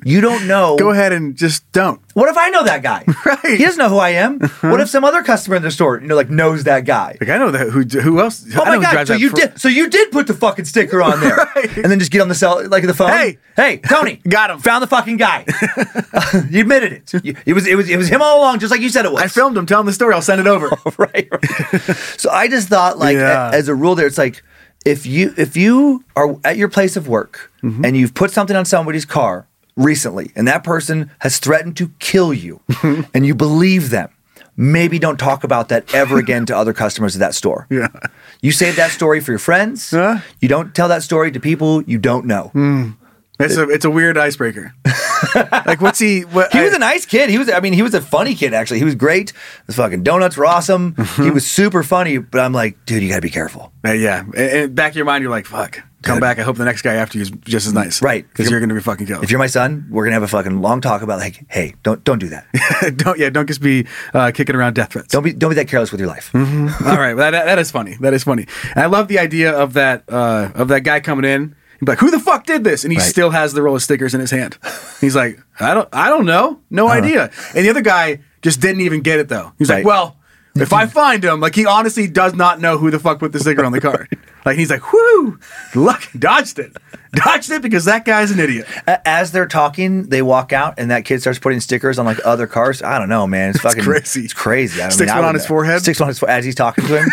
S3: You don't know.
S2: Go ahead and just don't.
S3: What if I know that guy?
S2: Right. Uh-huh.
S3: He doesn't know who I am. What if some other customer in the store, you know, like knows that guy?
S2: Like I know that who who else?
S3: Oh
S2: I know
S3: my
S2: who
S3: god!
S2: drives
S3: So
S2: that
S3: you
S2: fr-
S3: did. So you did put the fucking sticker on there,
S2: Right.
S3: and then just get on the cell, like the phone.
S2: Hey.
S3: hey, Tony,
S2: Got him.
S3: Found the fucking guy. you admitted it. You- It was it was it was him all along, just like you said it was.
S2: I filmed him telling the story. I'll send it over.
S3: right, right. so I just thought, like, a-
S2: Yeah.
S3: as a rule, there, it's like if you if you are at your place of work
S2: Mm-hmm.
S3: and you've put something on somebody's car recently, and that person has threatened to kill you, and you believe them. Maybe don't talk about that ever again to other customers at that store.
S2: Yeah.
S3: You save that story for your friends.
S2: Huh? Mm.
S3: You don't tell that story to people you don't know.
S2: It's a it's a weird icebreaker. like what's he? What,
S3: He was
S2: I-
S3: a nice kid. He was, I mean, he was a funny kid, actually. He was great. The fucking donuts were awesome.
S2: Mm-hmm.
S3: He was super funny, but I'm like, dude, you gotta be careful.
S2: Uh, yeah, and, and back of your mind, you're like, fuck. Come
S3: Good.
S2: back. I hope the next guy after you is just as nice.
S3: Right.
S2: Because you're going to be fucking killed.
S3: If you're my son, we're gonna have a fucking long talk about like, hey, don't don't do that.
S2: don't yeah, don't just be uh, kicking around death threats.
S3: Don't be don't be that careless with your life.
S2: All right, well, that, that is funny. That is funny. And I love the idea of that uh, of that guy coming in. He's like, "Who the fuck did this?" And he
S3: Right.
S2: still has the roll of stickers in his hand. He's like, "I don't, I don't know, no idea." And the other guy just didn't even get it though. He's like,
S3: Uh-huh. Right.
S2: "Well, if I find him, like he honestly does not know who the fuck put the sticker on the car." Like he's like, "Whoo, luck dodged it, dodged it," because that guy's an idiot.
S3: A- As they're talking, they walk out, and that kid starts putting stickers on like other cars. I don't know, man. It's fucking
S2: crazy.
S3: It's crazy. I mean,
S2: Sticks
S3: I
S2: one on
S3: would-
S2: his forehead?
S3: Sticks one on his forehead as he's talking to him.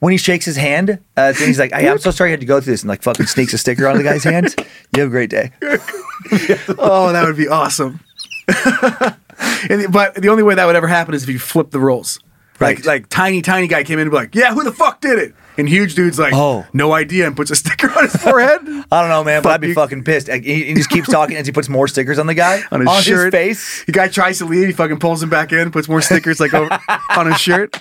S3: When he shakes his hand, uh, then he's like, "Hey, I'm so sorry you had to go through this," and like fucking sneaks a sticker onto the guy's hand. You have a great day.
S2: Oh, that would be awesome. and, the- but the only way that would ever happen is if you flip the roles. Like
S3: Right.
S2: like tiny tiny guy came in and be like, yeah, who the fuck did it? And huge dude's like,
S3: Oh.
S2: no idea, and puts a sticker on his forehead.
S3: I don't know, man, but I'd be
S2: you.
S3: fucking pissed. Like, He, he just keeps talking as he puts more stickers on the guy
S2: On his shirt,
S3: face.
S2: The guy tries to leave. He fucking pulls him back in, puts more stickers like over, on his shirt,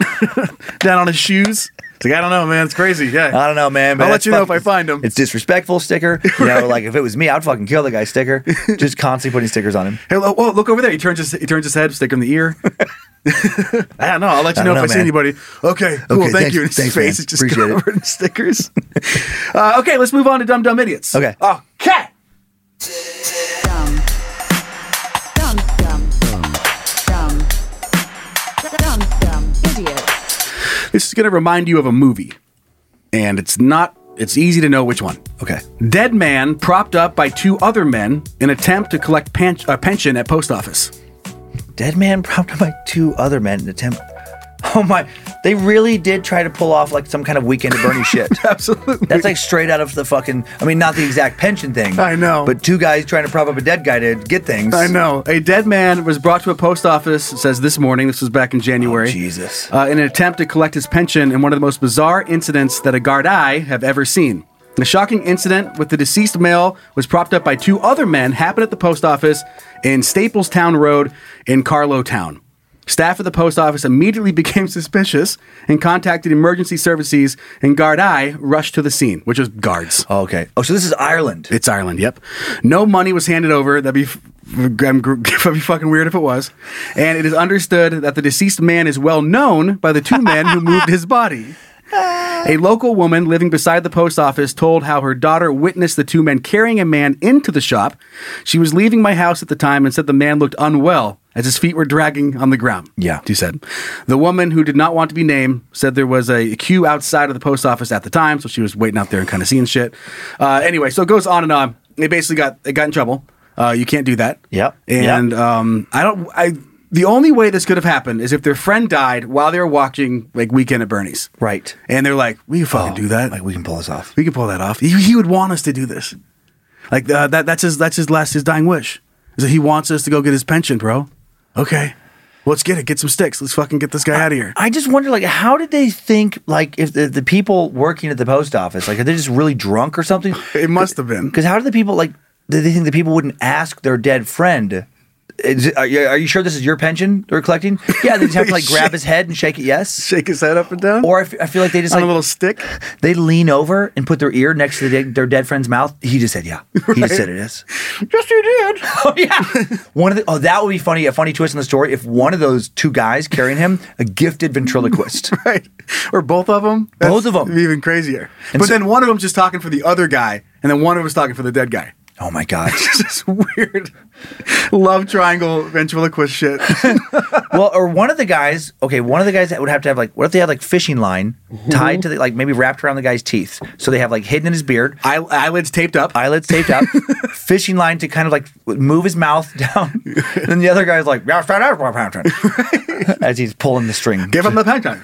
S2: down on his shoes. It's like I don't know, man. It's crazy. Yeah,
S3: I don't know, man. But
S2: I'll let
S3: that's
S2: you know if
S3: fucking-
S2: I find him.
S3: It's disrespectful sticker. You know, like if it was me, I'd fucking kill the guy sticker. Just constantly putting stickers on him.
S2: Hey, lo- whoa, look over there. He turns his he turns his head, stick him in the ear. I don't know. I'll let you
S3: I
S2: know,
S3: don't
S2: if I
S3: know,
S2: see
S3: man.
S2: anybody. Okay, cool. thank
S3: thanks-
S2: you. And his
S3: thanks,
S2: face
S3: man.
S2: is just
S3: Appreciate it.
S2: covered in stickers. uh, okay, let's move on to Dumb Dumb Idiots.
S3: Okay.
S2: Okay.
S6: Dumb. Dumb, dumb. Dumb. Dumb, dumb. Idiot.
S2: This is going to remind you of a movie, and it's not. It's easy to know which one.
S3: Okay.
S2: Dead man propped up by two other men in attempt to collect pen- a pension at post office.
S3: Dead man prompted by two other men in attempt. Oh my! They really did try to pull off like some kind of weekend at Bernie shit.
S2: Absolutely.
S3: That's like straight out of the fucking. I mean, not the exact pension thing.
S2: I know.
S3: But two guys trying to prop up a dead guy to get things.
S2: I know. A dead man was brought to a post office, it says this morning, this was back in January.
S3: Oh, Jesus.
S2: Uh, in an attempt to collect his pension in one of the most bizarre incidents that a guard I have ever seen. The shocking incident with the deceased male was propped up by two other men happened at the post office in Staplestown Road in Carlow Town. Staff at the post office immediately became suspicious and contacted emergency services, and Guard I rushed to the scene, which was guards.
S3: Oh, okay. Oh, so this is Ireland.
S2: It's Ireland. Yep. No money was handed over. That'd be. f- I'm gr- That'd be fucking weird if it was. And it is understood that the deceased man is well known by the two men who moved his body. A local woman living beside the post office told how her daughter witnessed the two men carrying a man into the shop. She was leaving my house at the time and said the man looked unwell as his feet were dragging on the ground.
S3: Yeah.
S2: She said. The woman who did not want to be named said there was a queue outside of the post office at the time, so she was waiting out there and kind of seeing shit. Uh, anyway, so it goes on and on. They basically got they got in trouble. Uh, you can't do that.
S3: Yep.
S2: And
S3: Yep.
S2: Um, I don't. I the only way this could have happened is if their friend died while they were watching like Weekend at Bernie's.
S3: Right.
S2: And they're like, we can fucking do that.
S3: Like we can pull this off.
S2: We can pull that off. He, he would want us to do this. Like uh, that. That's his. That's his last. His dying wish is that he wants us to go get his pension, bro. Okay. Well, let's get it. Get some sticks. Let's fucking get this guy out of here.
S3: I just wonder, like, how did they think, like, if the, the people working at the post office, like, are they just really drunk or something?
S2: It must have been.
S3: Because how do the people, like, did they think the people wouldn't ask their dead friend Is it- are, you, are you sure this is your pension they're collecting? Yeah, they just have to like grab his head and shake it yes.
S2: Shake his head up and down
S3: Or I f- I feel like they just
S2: on
S3: like
S2: a little stick.
S3: they lean over and put their ear next to the, their dead friend's mouth. He just said yeah. He just said it is.
S2: Yes, you did.
S3: Oh yeah. one of the oh that would be funny a funny twist in the story if one of those two guys carrying him a gifted ventriloquist.
S2: right. Or both of them.
S3: Both of 'em.
S2: Even crazier.
S3: And
S2: but
S3: so-
S2: then one of them's just talking for the other guy, and then one of them's talking for the dead guy.
S3: Oh my god.
S2: It's just weird love triangle ventriloquist shit.
S3: well, or one of the guys. Okay, one of the guys that would have to have like what if they had like fishing line
S2: Mm-hmm.
S3: tied to the like maybe wrapped around the guy's teeth so they have like hidden in his beard.
S2: Eye- eyelids taped up.
S3: Eyelids taped up, fishing line to kind of like move his mouth down. and then the other guy's like, as he's pulling the string.
S2: Give him the pension.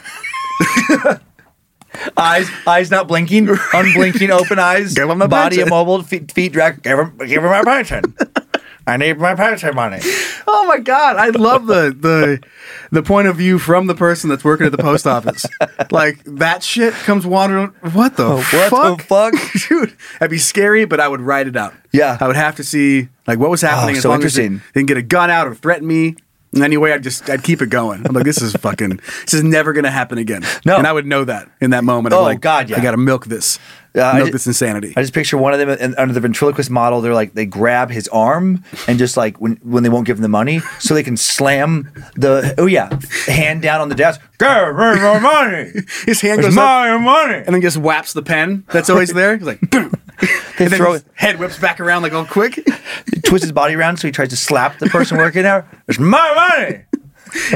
S3: eyes eyes not blinking, unblinking, open eyes.
S2: Give him the
S3: body
S2: pension.
S3: immobile, feet feet direct. Give him give him my pension. I need my pension money.
S2: Oh my god, I love the the the point of view from the person that's working at the post office. Like that shit comes wandering. What the
S3: Oh, What
S2: fuck?
S3: the fuck?
S2: Dude, that'd be scary, but I would write it out.
S3: Yeah.
S2: I would have to see like what was happening.
S3: Oh,
S2: as
S3: so
S2: long As
S3: interesting.
S2: they, they can get a gun out or threaten me. And anyway, I'd just I'd keep it going. I'm like, this is fucking. This is never gonna happen again.
S3: No.
S2: and I would know that in that moment. I'm
S3: Oh,
S2: like,
S3: God, yeah.
S2: I gotta milk this.
S3: Yeah, I
S2: milk
S3: ju-
S2: this insanity.
S3: I just picture one of them in, under the ventriloquist model. They're like they grab his arm and just like when when they won't give him the money, so they can slam the oh yeah hand down on the desk. Give me my money.
S2: His hand
S3: It's
S2: goes up,
S3: my money.
S2: and then just whaps the pen that's always there. He's like, boom.
S3: They
S2: and then
S3: throw
S2: his head whips back around like all quick,
S3: it, twist his body around so he tries to slap the person working there. It's my money.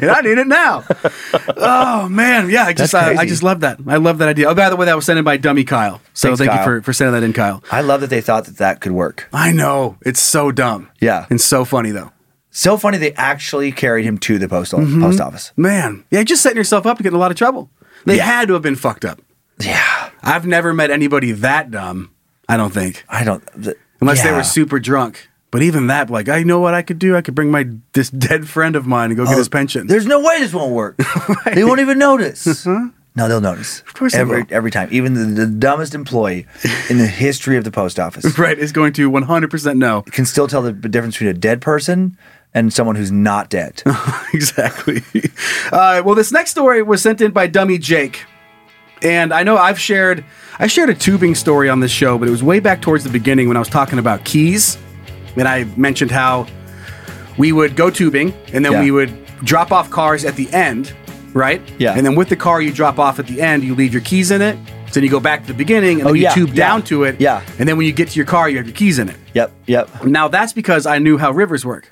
S2: and I need it now. Oh man, yeah, I just
S3: That's
S2: I, I
S3: crazy.
S2: just love that. I love that idea. Oh, by the way, that was sent in by Dummy Kyle. So
S3: Thanks,
S2: thank
S3: Kyle.
S2: you for, for sending that in, Kyle.
S3: I love that they thought that that could work.
S2: I know it's so dumb.
S3: Yeah.
S2: and so funny though.
S3: So funny they actually carried him to the post o-
S2: Mm-hmm.
S3: post office.
S2: Man, yeah, just setting yourself up to get in a lot of trouble. They had to have been fucked up.
S3: Yeah,
S2: I've never met anybody that dumb. I don't think,
S3: I don't. th-
S2: unless they
S3: yeah.
S2: were super drunk. But even that, like, I know what I could do. I could bring my this dead friend of mine and go
S3: Oh,
S2: get his pension.
S3: There's no way this won't work. They won't even notice. No, they'll notice. Of
S2: Uh-huh. course they
S3: every
S2: will.
S3: every time, even the, the dumbest employee in the history of the post office
S2: Right is going to 100% no.
S3: can still tell the difference between a dead person and someone who's not dead.
S2: exactly. Uh, well, this next story was sent in by Dummy Jake, and I know I've shared I shared a tubing story on this show, but it was way back towards the beginning when I was talking about keys, and I mentioned how we would go tubing and then
S3: Yeah.
S2: we would drop off cars at the end, right?
S3: Yeah.
S2: And then with the car you drop off at the end, you leave your keys in it. So then you go back to the beginning and
S3: Oh,
S2: then you
S3: yeah,
S2: tube
S3: yeah,
S2: down to it.
S3: yeah.
S2: And then when you get to your car, you have your keys in it.
S3: yep, yep.
S2: Now that's because I knew how rivers work.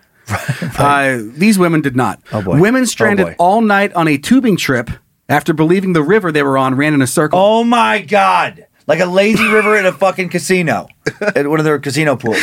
S2: Uh, these women did not.
S3: Oh, boy.
S2: Women stranded
S3: Oh, boy.
S2: all night on a tubing trip after believing the river they were on ran in a circle.
S3: Oh my god! Like a lazy river in a fucking casino, at one of their casino pools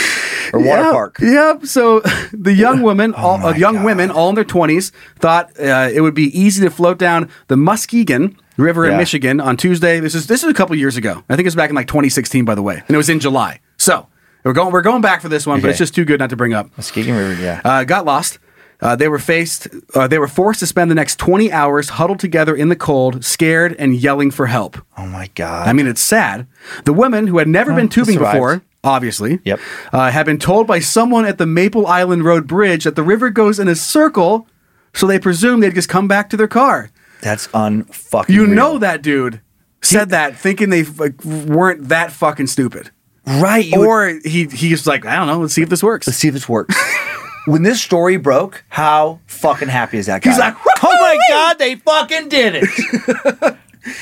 S3: or water
S2: Yep,
S3: park. Oh,
S2: Yep. So the young women, all, uh, young women, all in their twenties, thought uh, it would be easy to float down the Muskegon River in
S3: Yeah.
S2: Michigan on Tuesday. This is this is a couple years ago. I think it's back in like 2016, by the way, and it was in July. So we're going we're going back for this one, but
S3: Okay.
S2: it's just too good not to bring up.
S3: Muskegon River, yeah.
S2: uh, got lost. Uh, they were faced. Uh, they were forced to spend the next 20 hours huddled together in the cold, scared and yelling for help.
S3: oh my god!
S2: I mean, it's sad. The women who had never been tubing
S3: survived.
S2: before, obviously,
S3: Yep.
S2: uh, had been told by someone at the Maple Island Road Bridge that the river goes in a circle, so they presumed they'd just come back to their car.
S3: that's unfucking.
S2: You
S3: real.
S2: know that dude said that thinking they like, weren't that fucking stupid,
S3: right? You would-
S2: or he he's like, I don't know, let's see if this works.
S3: Let's see if this works. when this story broke, how fucking happy is that guy?
S2: He's like,
S3: oh my god, they fucking did it.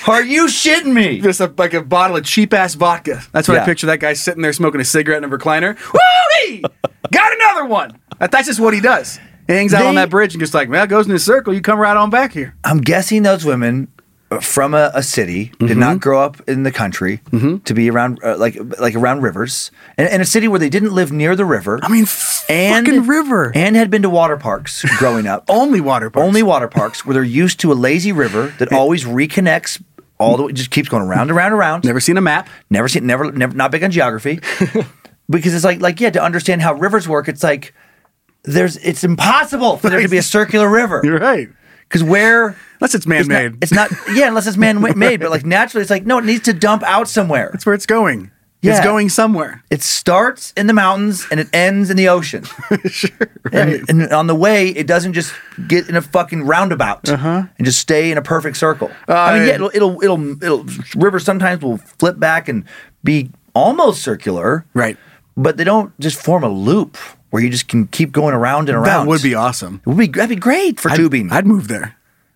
S3: Are you shitting me?
S2: just a, like a bottle of cheap ass vodka. That's what I
S3: Yeah.
S2: picture that guy sitting there smoking a cigarette in a recliner. Woo! Got another one. That- That's just what he does. He hangs out on
S3: They-
S2: that bridge and just like, well, it goes in a circle. You come right on back here.
S3: I'm guessing those women uh, from a, a city did not grow up in the country to be around uh, like like around rivers and, and a city where they didn't live near the river.
S2: I mean, fucking river.
S3: and had been to water parks growing up.
S2: Only water parks.
S3: Only water parks where they're used to a lazy river that always reconnects all the way, just keeps going around, around, around.
S2: Never seen a map.
S3: Never seen, never, never, not big on geography, because it's like, like yeah, to understand how rivers work, it's like there's, it's impossible for there to be a circular river
S2: right.
S3: because where
S2: Unless it's
S3: it's
S2: man
S3: not-
S2: made.
S3: it's not, yeah, unless it's man made, but like naturally, it's like no, it needs to dump out somewhere.
S2: That's where it's going. It's
S3: Yeah.
S2: going somewhere.
S3: It starts in the mountains and it ends in the ocean.
S2: sure.
S3: and, and on the way, it doesn't just get in a fucking roundabout
S2: Uh-huh.
S3: and just stay in a perfect circle.
S2: Uh,
S3: I mean, yeah, it'll, it'll it'll it'll rivers sometimes will flip back and be almost circular,
S2: Right.
S3: But they don't just form a loop where you just can keep going around and around.
S2: That would be awesome.
S3: It would be that'd be great for
S2: I'd-
S3: tubing.
S2: I'd, move there.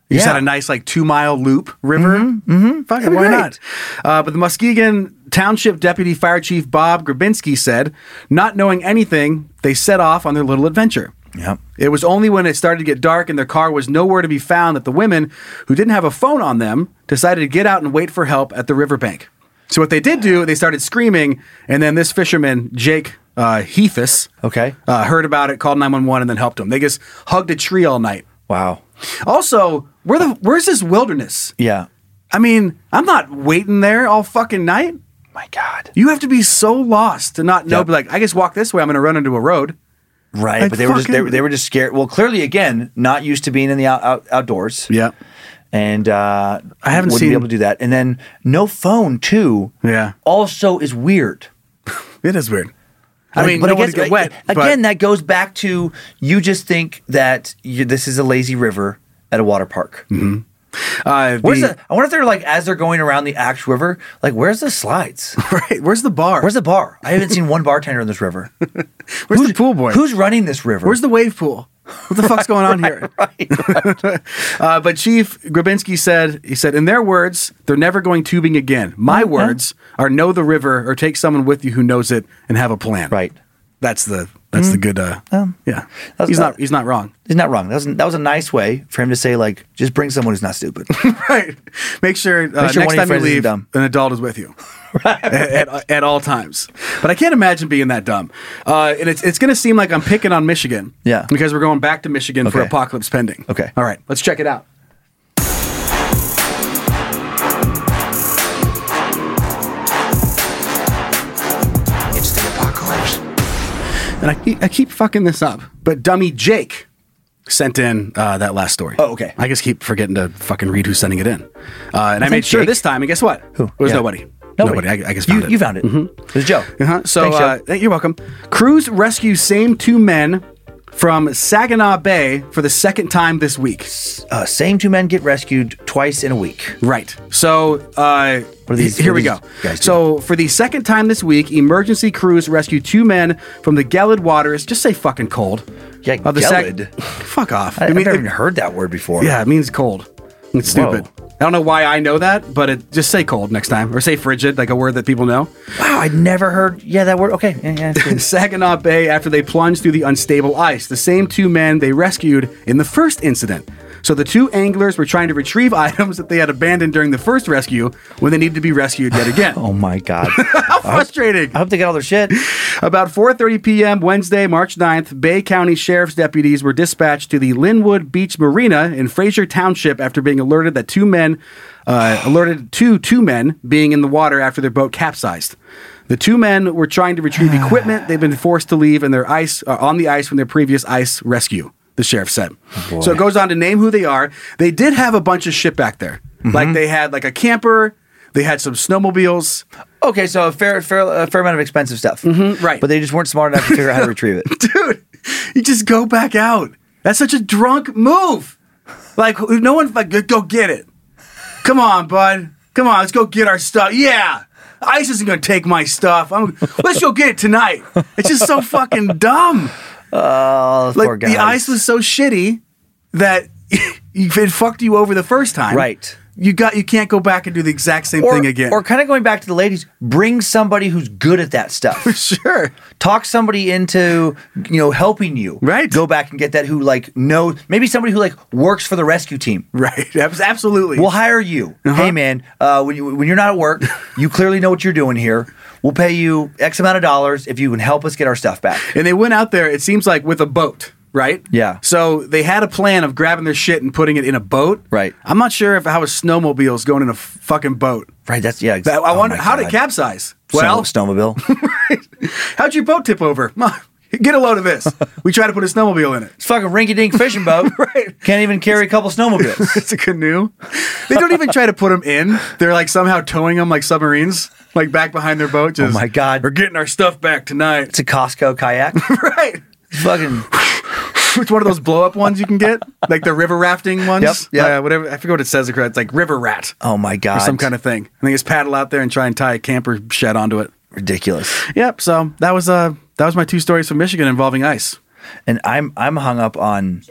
S2: You just
S3: Yeah.
S2: had a nice like two mile loop river. Mm-hmm. Fuck it,
S3: That'd be
S2: why
S3: great.
S2: not? Uh, but the Muskegon Township Deputy Fire Chief Bob Grabinski said, not knowing anything, they set off on their little adventure.
S3: Yep.
S2: It was only when it started to get dark and their car was nowhere to be found that the women, who didn't have a phone on them, decided to get out and wait for help at the riverbank. So what they did do, they started screaming, and then this fisherman, Jake uh, Hephus,
S3: Okay.
S2: uh, heard about it, called 911, and then helped him. They just hugged a tree all night.
S3: wow.
S2: Also, where the where's this wilderness?
S3: Yeah.
S2: I mean, I'm not waiting there all fucking night.
S3: My God.
S2: You have to be so lost to not know.
S3: Yep.
S2: Be like, I just walk this way. I'm going to run into a road.
S3: Right,
S2: Like,
S3: but they were just they,
S2: fucking-
S3: were- they were just scared. Well, clearly, again, not used to being in the out, out, outdoors. and uh,
S2: I haven't
S3: wouldn't
S2: seen-
S3: be able to do that. And then no phone too.
S2: Yeah.
S3: also is weird.
S2: it is weird. I
S3: Like,
S2: mean, no one to get wet. but-
S3: again, that goes back to you just think that you, this is a lazy river at a water park.
S2: uh, the,
S3: Where's the, I wonder if they're like as they're going around the Axe River, like where's the slides?
S2: right, where's the bar?
S3: Where's the bar? I haven't seen one bartender in this river.
S2: where's the pool boy?
S3: Who's running this river?
S2: Where's the wave pool? What the fuck's going on here? uh, but Chief Grabinski said, he said, in their words, they're never going tubing again. My words are know the river or take someone with you who knows it and have a plan.
S3: right?
S2: That's the that's the good. Uh, yeah,
S3: That's-
S2: he's not
S3: that-
S2: he's not wrong.
S3: He's not wrong. That was that was a nice way for him to say like just bring someone who's not stupid.
S2: right. Make sure, uh,
S3: Make sure
S2: next
S3: one of your
S2: time you
S3: friends isn't
S2: leave,
S3: dumb.
S2: an adult is with you at, at, at all times. But I can't imagine being that dumb. Uh, and it's, it's going to seem like I'm picking on Michigan.
S3: Yeah.
S2: Because we're going back to Michigan for
S3: Okay.
S2: Apocalypse Pending.
S3: Okay.
S2: All right. Let's check it out.
S5: It's the apocalypse.
S2: And I keep, I keep fucking this up. But dummy Jake sent in uh, that last story.
S3: Oh, okay.
S2: I just keep forgetting to fucking read who's sending it in. Uh, and I
S3: think
S2: made sure
S3: Jake-
S2: this time. And guess what? Who? It was
S3: Yeah.
S2: nobody.
S3: Nobody.
S2: I, I guess
S3: you,
S2: found it.
S3: you found it. It was Joe.
S2: Uh-huh. So
S3: Thanks, Joe.
S2: uh, hey, you're welcome. Crews rescue same two men from Saginaw Bay for the second time this week.
S3: Uh, same two men get rescued twice in a week.
S2: Right. So uh,
S3: What are these-
S2: here
S3: what
S2: we
S3: are
S2: go.
S3: these guys doing?
S2: So for the second time this week, emergency crews rescue two men from the gelid waters. Just say fucking cold.
S3: Yeah,
S2: of the Sag-
S3: gelid.
S2: Fuck off.
S3: I, I
S2: mean,
S3: have never
S2: it-
S3: even heard that word before.
S2: yeah, it means cold. It's stupid. I don't know why I know that, but it, just say cold next time, or say frigid, like a word that people know.
S3: Wow, I never heard. Yeah, that word. Okay. Yeah, yeah,
S2: in Saginaw Bay after they plunged through the unstable ice, the same two men they rescued in the first incident. So the two anglers were trying to retrieve items that they had abandoned during the first rescue when they needed to be rescued yet again.
S3: oh my god.
S2: How frustrating.
S3: I hope they got all their shit.
S2: About 4:30 p.m. Wednesday, March 9th, Bay County Sheriff's deputies were dispatched to the Linwood Beach Marina in Fraser Township after being alerted that two men uh, alerted to two men being in the water after their boat capsized. The two men were trying to retrieve equipment they've been forced to leave in their ice uh, on the ice from their previous ice rescue. The sheriff said. so it goes on to name who they are. They did have a bunch of shit back there. Like they had like a camper. They had some snowmobiles.
S3: Okay, so a fair, fair, a fair amount of expensive stuff.
S2: Mm-hmm, right.
S3: But they just weren't smart enough to figure out how to retrieve it.
S2: dude, you just go back out. That's such a drunk move. Like who- no one like go get it. Come on, bud. Come on, let's go get our stuff. Yeah. Ice isn't gonna take my stuff. I'm, let's go get it tonight. It's just so fucking dumb.
S3: Those
S2: Like
S3: poor guys.
S2: the ice was so shitty that it fucked you over the first time.
S3: Right.
S2: You got you can't go back and do the exact same
S3: or,
S2: thing again.
S3: Or kind of going back to the ladies, bring somebody who's good at that stuff.
S2: sure.
S3: talk somebody into you know helping you
S2: Right.
S3: go back and get that who like knows maybe somebody who like works for the rescue team
S2: Right. Uh-huh. Abs- Absolutely.
S3: we'll hire you hey man uh, when, you, when you're not at work you clearly know what you're doing here we'll pay you x amount of dollars if you can help us get our stuff back
S2: And they went out there, it seems like, with a boat, right?
S3: Yeah.
S2: So they had a plan of grabbing their shit and putting it in a boat.
S3: Right.
S2: I'm not sure if how a snowmobile is going in a f- fucking boat.
S3: right that's yeah
S2: That- I
S3: oh
S2: wonder
S3: my
S2: how did it
S3: God.
S2: capsize?
S3: Snow-
S2: Well,
S3: snowmobile
S2: how'd your boat tip over? Huh, Get a load of this. We tried to put a snowmobile in it.
S3: It's fucking rinky-dink fishing boat.
S2: Right.
S3: Can't even carry a couple snowmobiles.
S2: It's a canoe. They don't even try to put them in. They're like somehow towing them like submarines, like back behind their boat. Just,
S3: Oh my God.
S2: We're getting our stuff back tonight.
S3: It's a Costco kayak.
S2: right.
S3: fucking
S2: It's one of those blow up ones you can get, like the river rafting ones.
S3: Yep, yep.
S2: Uh, whatever. I forget what it says. It's like river rat
S3: oh my god,
S2: or some kind of thing. And they just paddle out there and try and tie a camper shed onto it.
S3: ridiculous.
S2: Yep. So that was uh that was my two stories from Michigan involving ice.
S3: And I'm I'm hung up on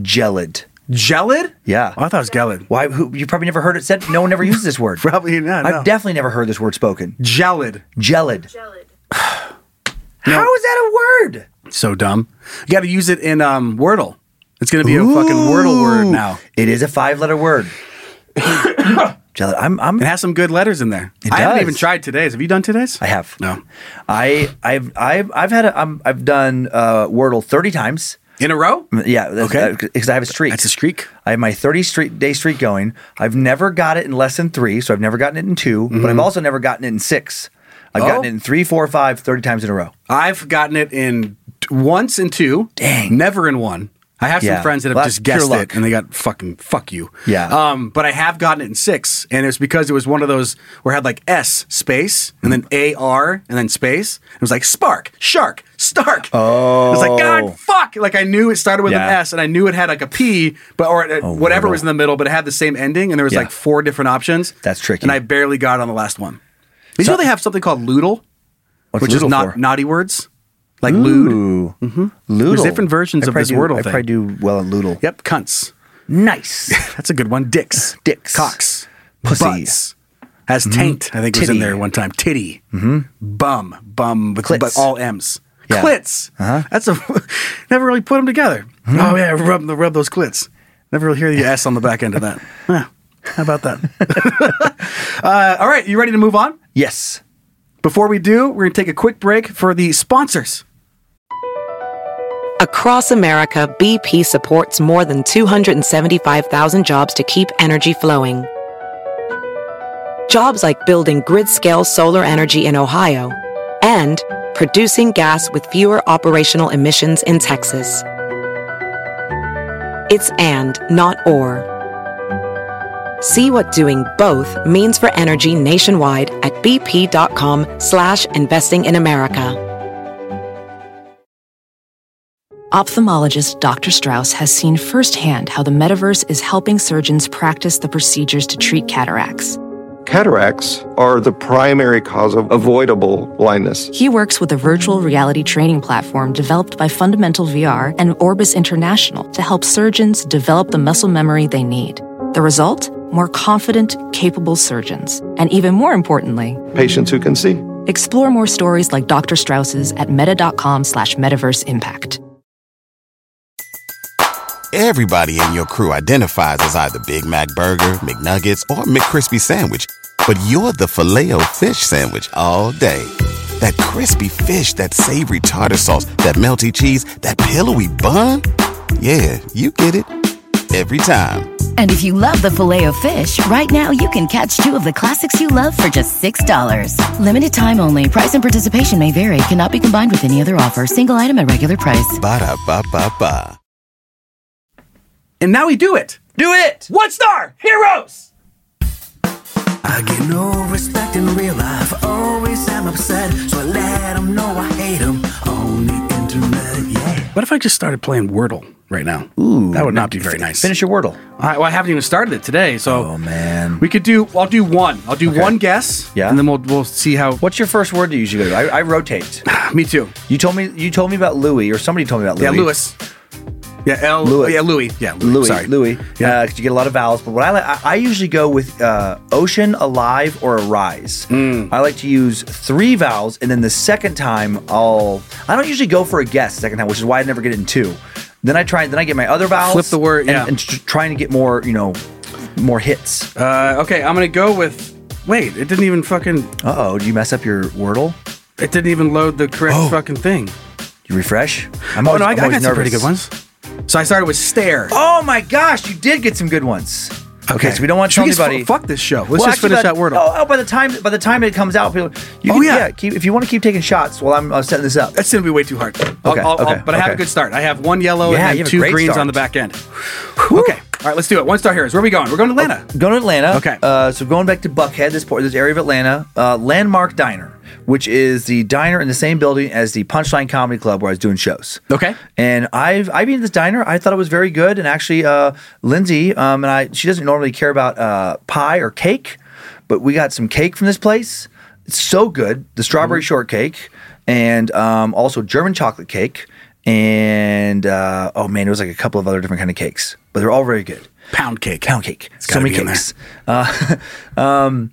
S3: gelid.
S2: Gelid?
S3: Yeah.
S2: Oh, I thought it was gelid.
S3: Why? Who, you probably never heard it said. No one ever uses this word.
S2: Probably not. No.
S3: I've definitely never heard this word spoken.
S2: gelid.
S3: Gelid. How is that a word?
S2: So dumb. You got to use it in um, Wordle. It's going to be a fucking Wordle word
S3: Ooh.
S2: now.
S3: It is a five letter word. gelid. I'm I'm
S2: It has some good letters in there.
S3: It
S2: I haven't
S3: does.
S2: even tried today's. Have you done today's?
S3: I have.
S2: No.
S3: I I've I've I've had a, I'm, I've done uh, Wordle thirty times.
S2: In a row?
S3: Yeah. That's,
S2: Okay.
S3: Because I have a streak.
S2: That's a streak.
S3: I have my 30 street day streak going. I've never got it in less than three, so I've never gotten it in 2 but I've also never gotten it in six. I've
S2: Mm-hmm. Oh.
S3: gotten it in three, four, five, 30 times in a row.
S2: I've gotten it in t- once in two.
S3: Dang.
S2: Never in one. I have
S3: Yeah.
S2: some friends that have
S3: Well,
S2: just
S3: that's pure
S2: guessed
S3: luck.
S2: it and they got fucking fuck you.
S3: Yeah.
S2: Um, but I have gotten it in six, and it's because it was one of those where it had like S space and then A R and then space. It was like spark, shark, stark. Oh. It was like God fuck. Like I knew it started with an
S3: Yeah. Oh,
S2: S and I knew it had like a P, but or uh, whatever was in the middle, but it had the same ending, and there was
S3: Yeah.
S2: like four different options.
S3: That's tricky.
S2: And I barely got it on the last one. Did you know they have something called Loodle?
S3: What's
S2: which
S3: Loodle
S2: is not
S3: for?
S2: naughty words like lewd.
S3: Ooh. Loodle.
S2: There's different versions
S3: I
S2: of
S3: probably
S2: this
S3: do,
S2: Wordle
S3: I
S2: thing.
S3: probably do well in Loodle.
S2: Yep, cunts.
S3: Nice.
S2: That's a good one. Dicks,
S3: Dicks.
S2: cocks,
S3: Pussy.
S2: butts. Has taint, I think was in
S3: Titty. Mm-hmm.
S2: there one time. Titty, bum, bum with
S3: Clits.
S2: but all M's.
S3: Yeah. Uh-huh.
S2: Clits. That's a never really put them together.
S3: Mm-hmm.
S2: Oh yeah, rub the rub those clits. Never really hear the S on the back end of that. Yeah. How about that? uh, all right, you ready to move on?
S3: Yes.
S2: Before we do, we're gonna take a quick break for the sponsors.
S7: Across America, BP supports more than 275,000 jobs to keep energy flowing. Jobs like building grid scale solar energy in Ohio and producing gas with fewer operational emissions in Texas. It's and, not or. See what doing both means for energy nationwide at bp.com slash investing in America.
S6: Ophthalmologist Dr. Strauss has seen firsthand how the metaverse is helping surgeons practice the procedures to treat cataracts.
S8: Cataracts are the primary cause of avoidable blindness.
S6: He works with a virtual reality training platform developed by Fundamental VR and Orbis International to help surgeons develop the muscle memory they need. The result? More confident, capable surgeons. And even more importantly,
S8: Patients who can see.
S6: explore more stories like Dr. Strauss's at meta.com slash metaverse impact.
S9: Everybody in your crew identifies as either Big Mac Burger, McNuggets, or McCrispy Sandwich. But you're the filet fish Sandwich all day. That crispy fish, that savory tartar sauce, that melty cheese, that pillowy bun. Yeah, you get it. Every time.
S10: And if you love the filet of fish, right now you can catch two of the classics you love for just $6. Limited time only. Price and participation may vary. Cannot be combined with any other offer. Single item at regular price.
S9: Ba-da-ba-ba-ba.
S2: And now we do it.
S3: Do it.
S2: One star heroes.
S5: I get no respect in real life. Always am upset, so I let them know I hate them on the internet. Yeah.
S2: What if I just started playing Wordle right now? that would not be very nice.
S3: Finish your Wordle.
S2: I, well, I haven't even started it today, so
S3: Oh man.
S2: we could do. I'll do one. I'll do one guess.
S3: Yeah.
S2: and then we'll we'll see how.
S3: What's your first word to usually go to? I, I rotate.
S2: Me too.
S3: You told me you told me about Louis, or somebody told me about Louis.
S2: Yeah, Lewis. Yeah, L.
S3: Louis.
S2: Yeah, Louis. Yeah, Louis.
S3: Louis,
S2: Sorry,
S3: Louis, yeah,
S2: Yeah.
S3: because you get a lot of vowels. But what I like, I, I usually go with uh, ocean, alive, or arise.
S2: Hmm.
S3: I like to use three vowels, and then the second time I'll, I don't usually go for a guess second time, which is why I never get it in two. Then I try, then I get my other vowels,
S2: Flip the word,
S3: and,
S2: yeah.
S3: and tr- trying to get more, you know, more hits. Uh
S2: Uh, okay, I'm gonna go with. Wait, it didn't even fucking.
S3: oh, do you mess up your wordle?
S2: It didn't even load the correct
S3: Oh.
S2: fucking thing.
S3: You refresh. I'm
S2: oh no, I, I
S3: I'm
S2: got some
S3: nervous.
S2: pretty good ones. So I started with stare.
S3: Oh my gosh, you did get some good ones. Okay, so we don't want to
S2: Should
S3: tell
S2: we just fu-
S3: anybody.
S2: fuck this show. Let's
S3: Well,
S2: just
S3: actually,
S2: finish
S3: by-
S2: that word
S3: Oh,
S2: off.
S3: oh, by the time by the time it comes out, people. You
S2: Oh,
S3: can-
S2: yeah.
S3: keep, if you want to keep taking shots while I'm uh, setting this up.
S2: That's gonna be way too hard. I'll-
S3: Okay,
S2: I'll- I'll-
S3: okay,
S2: but I have a
S3: okay.
S2: good start. I have one yellow
S3: Yeah,
S2: and
S3: you
S2: then
S3: have a
S2: two
S3: great
S2: greens
S3: start.
S2: on the back end. Okay. All right, let's do it. One star heroes. Where are we going? We're going to Atlanta.
S3: Going to Atlanta.
S2: Okay.
S3: Uh, so going back to Buckhead, this port, this area of Atlanta, uh, Landmark Diner, which is the diner in the same building as the Punchline Comedy Club where I was doing shows.
S2: Okay.
S3: And I've I've eaten this diner. I thought it was very good. And actually, uh, Lindsay um, and I, she doesn't normally care about uh, pie or cake, but we got some cake from this place. It's so good. The
S2: Mm-hmm.
S3: strawberry shortcake, and um, also German chocolate cake, and uh, oh man, it was like a couple of other different kind of cakes, but they're all very good.
S2: Pound cake.
S3: Pound cake. so
S2: gotta
S3: many
S2: be in there.
S3: cakes. Uh, um,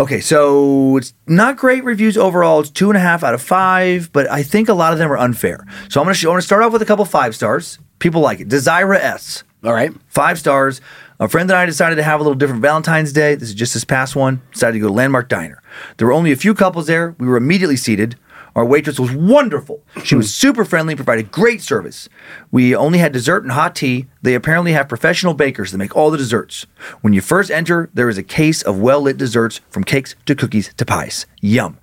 S3: okay, so it's not great reviews overall. It's two and a half out of five, but I think a lot of them are unfair. So I'm gonna sh- I'm gonna start off with a couple five stars. People like it. Desira S.
S2: All right.
S3: Five stars. A friend and I decided to have a little different Valentine's Day. This is just this past one. Decided to go to Landmark Diner. There were only a few couples there. We were immediately seated. Our waitress was wonderful. She was super friendly, provided great service. We only had dessert and hot tea. They apparently have professional bakers that make all the desserts. When you first enter, there is a case of well lit desserts from cakes to cookies to pies. Yum.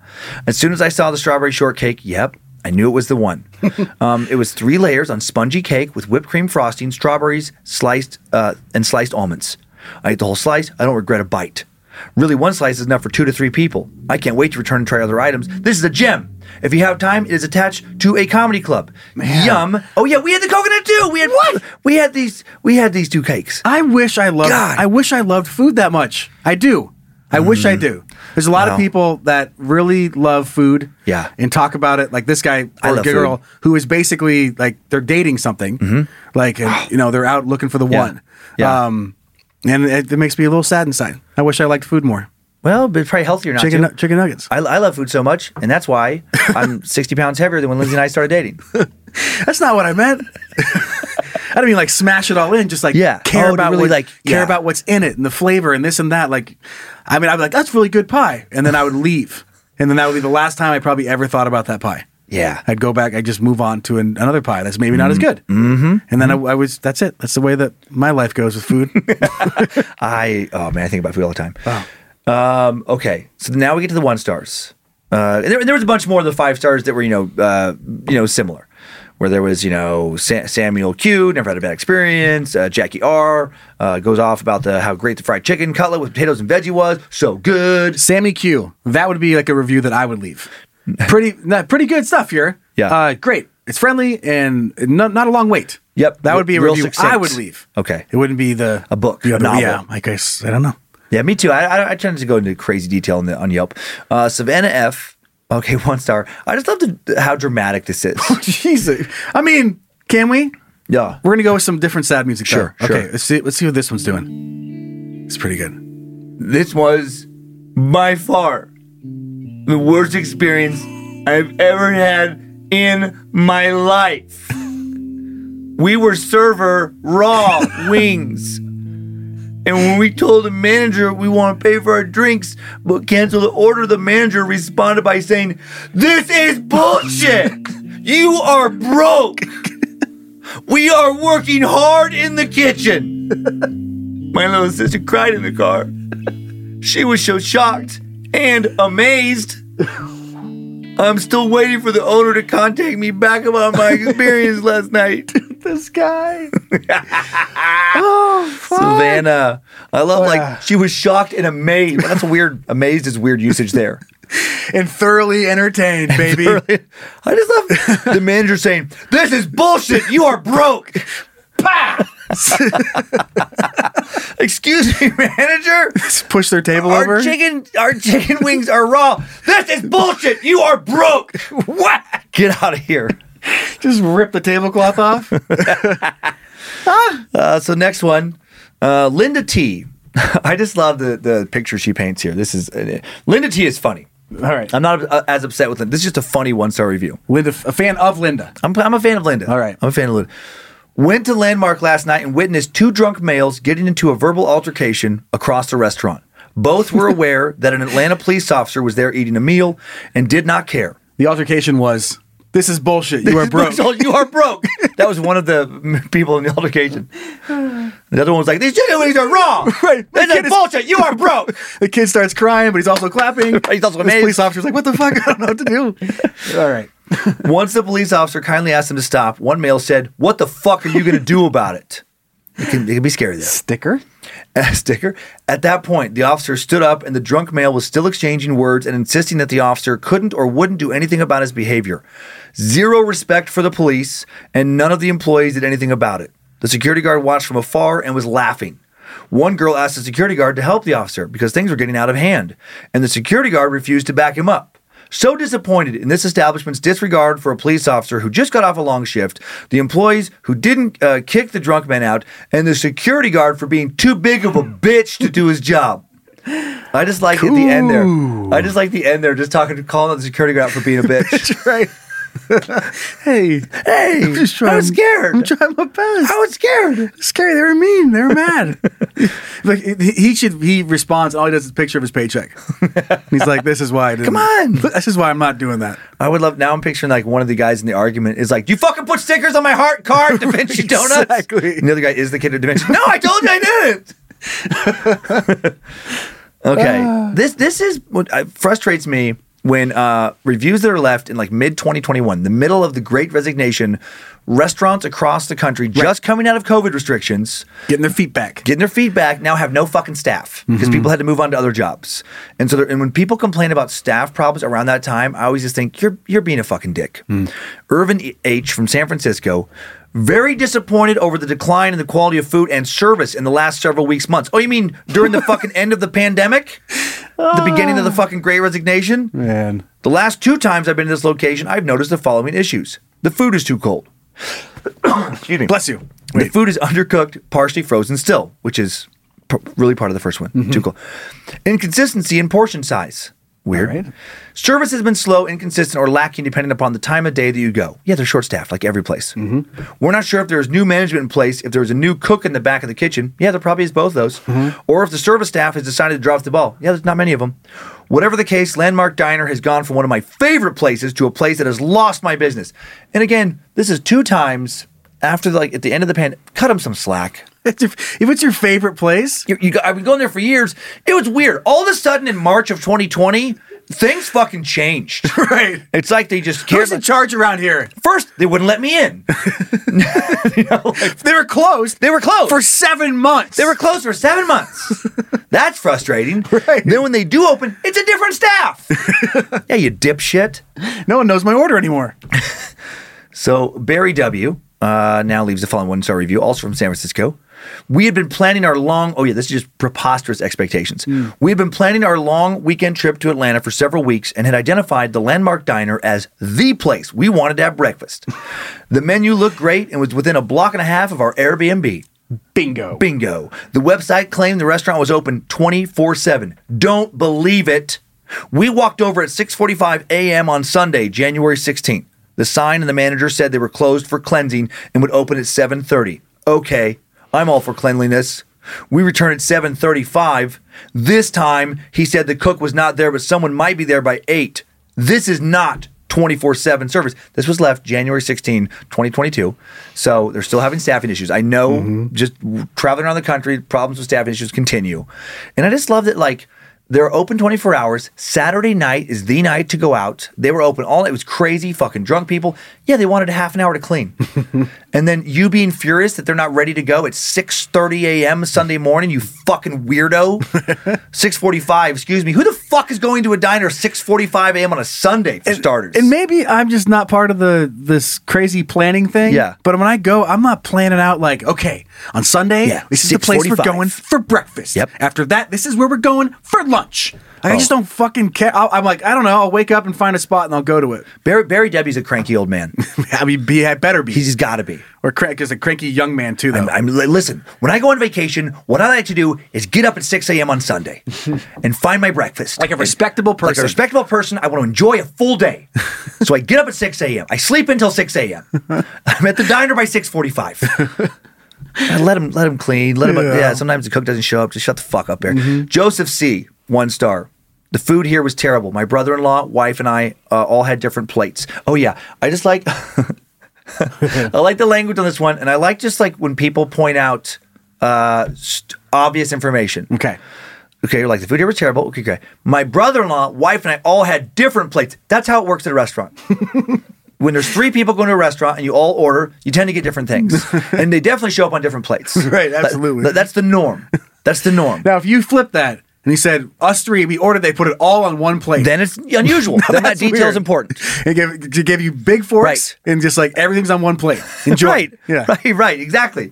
S3: As soon as I saw the strawberry shortcake, yep, I knew it was the one. um, it was three layers on spongy cake with whipped cream frosting, strawberries, sliced uh, and sliced almonds. I ate the whole slice. I don't regret a bite. Really, one slice is enough for two to three people. I can't wait to return and try other items. This is a gem. If you have time, it is attached to a comedy club. Yum! Oh yeah, we had the coconut too. We had what? We had these. We had these two cakes.
S2: I wish I loved.
S3: God.
S2: I wish I loved food that much. I do. I wish I do. There's a lot of
S3: Mm-hmm. Wow.
S2: people that really love food,
S3: Yeah.
S2: and talk about it. Like this guy
S3: I
S2: or
S3: love
S2: girl
S3: food. Mm-hmm.
S2: who is basically like they're dating something, like and, you know they're out looking for the
S3: Yeah.
S2: one.
S3: Yeah.
S2: Um, and it, it makes me a little sad inside. I wish I liked food more.
S3: Well, but probably healthier not
S2: Chicken
S3: to.
S2: nu- chicken nuggets.
S3: I, I love food so much, and that's why I'm 60 pounds heavier than when Lindsay and I started dating.
S2: That's not what I meant. I don't mean like smash it all in. Just like
S3: Yeah.
S2: care
S3: Oh, to
S2: about
S3: really,
S2: what,
S3: like,
S2: care
S3: yeah.
S2: about what's in it and the flavor and this and that. Like, I mean, I'd be like, that's really good pie, and then I would leave, and then that would be the last time I probably ever thought about that pie.
S3: Yeah.
S2: I'd go back. I'd just move on to an, another pie that's maybe not as good. Mm-hmm. And then I, I was. That's it. That's the way that my life goes with food.
S3: I oh man, I think about food all the time. Wow. Um, okay, so now we get to the one stars. Uh, and there, there was a bunch more of the five stars that were you know uh, you know similar, where there was you know Sa- Samuel Q never had a bad experience. Uh, Jackie R uh, goes off about the how great the fried chicken cutlet with potatoes and veggie was, so good.
S2: Sammy Q. That would be like a review that I would leave. Pretty, not, pretty good stuff here.
S3: Yeah.
S2: Uh, great. It's friendly and not, not a long wait.
S3: Yep.
S2: That would be a
S3: Real
S2: review
S3: succinct.
S2: I would leave.
S3: Okay.
S2: It wouldn't be the
S3: A book,
S2: The other,
S3: novel.
S2: Yeah. I guess I don't know.
S3: Yeah, me too. I, I, I tend to go into crazy detail in the, on Yelp. Uh, Savannah F. Okay, one star. I just love the, how dramatic this is.
S2: Jesus. I mean, can we?
S3: yeah.
S2: We're gonna go with some different sad music. though.
S3: Sure, sure.
S2: Okay. Let's see. Let's see what this one's doing. It's pretty good.
S3: This was by far the worst experience I've ever had in my life. We were server raw wings. And when we told the manager we want to pay for our drinks but cancel the order, the manager responded by saying, This is bullshit! You are broke! We are working hard in the kitchen! My little sister cried in the car. She was so shocked and amazed. I'm still waiting for the owner to contact me back about my experience last night.
S2: This guy.
S3: Savannah. I love
S2: Oh,
S3: like she was shocked and amazed. That's a weird amazed is weird usage there.
S2: and thoroughly entertained, baby.
S3: I just love the manager saying, This is bullshit. You are broke. Bah! Excuse me, manager.
S2: Push their table over.
S3: Our chicken, our chicken wings are raw. This is bullshit. You are broke. What? Get out of here.
S2: Just rip the tablecloth off.
S3: Uh, so next one, uh, Linda T. I just love the the picture she paints here. This is uh, Linda T. is funny.
S2: All right.
S3: I'm not uh, as upset with it. This is just a funny one star review.
S2: Linda, a fan of Linda.
S3: I'm, I'm a fan of Linda.
S2: All right.
S3: I'm a fan of Linda. Went to Landmark last night and witnessed two drunk males getting into a verbal altercation across the restaurant. Both were aware that an Atlanta police officer was there eating a meal and did not care.
S2: The altercation was, "This is bullshit. You are broke."
S3: you are broke. that was one of the people in the altercation. The other one was like, these genuines are wrong. right. This is bullshit. You are broke.
S2: the kid starts crying, but he's also clapping.
S3: He's also
S2: this
S3: amazed.
S2: police officer's like, what the fuck? I don't know what to do. All right.
S3: Once the police officer kindly asked him to stop, one male said, What the fuck are you going to do about it? It can, it can be scary, though.
S2: Sticker?
S3: Sticker. At that point, the officer stood up and the drunk male was still exchanging words and insisting that the officer couldn't or wouldn't do anything about his behavior. Zero respect for the police, and none of the employees did anything about it. The security guard watched from afar and was laughing. One girl asked the security guard to help the officer because things were getting out of hand, and the security guard refused to back him up. So disappointed in this establishment's disregard for a police officer who just got off a long shift, the employees who didn't uh, kick the drunk man out, and the security guard for being too big of a bitch to do his job. I just like at the end there. I just like the end there, just talking, calling out the security guard out for being a bitch.
S2: right. hey,
S3: hey,
S2: I'm just trying.
S3: I was scared.
S2: I'm trying my best.
S3: I was scared.
S2: scary. They were mean. They were mad. like he he should. He responds. and All he does is a picture of his paycheck. He's like, "This is why I didn't.
S3: Come on.
S2: This is why I'm not doing that."
S3: I would love now. I'm picturing like one of the guys in the argument is like, "You fucking put stickers on my heart card, Da Vinci Donuts."
S2: Exactly.
S3: And the other guy is the kid of Da Vinci. No, I told you I didn't. okay, this this is what uh, frustrates me when uh, reviews that are left in like mid 2021, the middle of the Great Resignation, restaurants across the country just coming out of COVID restrictions
S2: Getting their feet back.
S3: getting their feedback now have no fucking staff because people had to move on to other jobs and so there- and when people complain about staff problems around that time i always just think you're you're being a fucking dick irvin E h from san francisco very disappointed over the decline in the quality of food and service in the last several weeks months oh you mean during the fucking end of the pandemic the beginning of the fucking great resignation
S2: Man.
S3: the last two times i've been to this location i've noticed the following issues the food is too cold excuse me
S2: Bless you.
S3: the food is undercooked, partially frozen still, which is p- really part of the first one. Too cool. Inconsistency in portion size. Weird. Service has been slow, inconsistent, or lacking depending upon the time of day that you go. Yeah, they're short staffed, like every place. We're not sure if there's new management in place, if there's a new cook in the back of the kitchen. Yeah, there probably is both those. Or if the service staff has decided to drop the ball. Yeah, there's not many of them. Whatever the case, Landmark Diner has gone from one of my favorite places to a place that has lost my business. And again, this is two times after like at the end of the pan, cut him some slack.
S2: If it's your favorite place,
S3: You, you, go- I've been going there for years. It was weird. All of a sudden, in March of 2020, things fucking changed.
S2: right?
S3: It's like they just cared.
S2: Who's in charge around here?
S3: First, they wouldn't let me in. You know, like,
S2: They were closed.
S3: they were closed
S2: for seven months.
S3: They were closed for seven months. That's frustrating.
S2: Right.
S3: Then when they do open, it's a different staff. yeah, you dipshit.
S2: no one knows my order anymore.
S3: So Barry W. Uh, now leaves the following one star review, also from San Francisco. We had been planning our long, oh yeah, this is just preposterous expectations. We had been planning our long weekend trip to Atlanta for several weeks and had identified the Landmark Diner as the place we wanted to have breakfast. the menu looked great and was within a block and a half of our Airbnb.
S2: Bingo.
S3: Bingo. The website claimed the restaurant was open 24/7. Don't believe it. We walked over at 6:45 a.m. on Sunday, January 16th. The sign and the manager said they were closed for cleansing and would open at 7:30. Okay, I'm all for cleanliness. We returned at 7:35. This time, he said the cook was not there, but someone might be there by 8. This is not 24 7 service. This was left January 16, 2022. So they're still having staffing issues. I know just traveling around the country, problems with staffing issues continue. And I just love that, like, they're open 24 hours. Saturday night is the night to go out. They were open all night. It was crazy, fucking drunk people. Yeah, they wanted half an hour to clean. and then you being furious that they're not ready to go at 6.30 a.m. Sunday morning, you fucking weirdo. 6.45, excuse me. Who the fuck is going to a diner 6.45 a.m. on a Sunday, for starters?
S2: And maybe I'm just not part of the this crazy planning thing.
S3: Yeah.
S2: But when I go, I'm not planning out like, okay, on Sunday,
S3: Yeah,
S2: this is the place we're
S3: 6:45.
S2: going for breakfast.
S3: Yep. Oh.
S2: After that, this is where we're going for lunch. Like, I just don't fucking care. I'll, I'm like, I don't know. I'll wake up and find a spot and I'll go to it.
S3: Barry, Barry Debbie's a cranky old man.
S2: I mean, be I better be.
S3: He's got to be.
S2: or crank is a cranky young man too, though.
S3: I'm, I'm- li- listen, when I go on vacation, what I like to do is get up at 6 a.m. on Sunday and find my breakfast.
S2: Like a
S3: And-
S2: respectable
S3: Like a
S2: person.
S3: respectable person, I want to enjoy a full day. so I get up at 6 a.m. I sleep until 6 a.m. I'm at the diner by 6.45. I let him let him clean. Let him yeah. sometimes the cook doesn't show up. Just shut the fuck up, Barry.
S2: Mm-hmm.
S3: Joseph C, one star. The food here was terrible. My brother-in-law, wife, and I uh, all had different plates. Oh yeah, I just like I like the language on this one, and I like just like when people point out uh, st- obvious information.
S2: Okay.
S3: Okay, you're like the food here was terrible. Okay, okay. My brother-in-law, wife, and I all had different plates. That's how it works at a restaurant. when there's three people going to a restaurant and you all order, you tend to get different things, and they definitely show up on different plates.
S2: Right,
S3: That-
S2: absolutely.
S3: that- that's the norm. That's the norm.
S2: Now, if you flip that and he said, us three, we ordered, they put it all on one plate.
S3: Then it's unusual. then that
S2: that's
S3: detail's
S2: weird.
S3: important.
S2: It gave, it gave you big forks and just like everything's on one plate. Enjoy.
S3: right.
S2: Yeah.
S3: Right, right, exactly.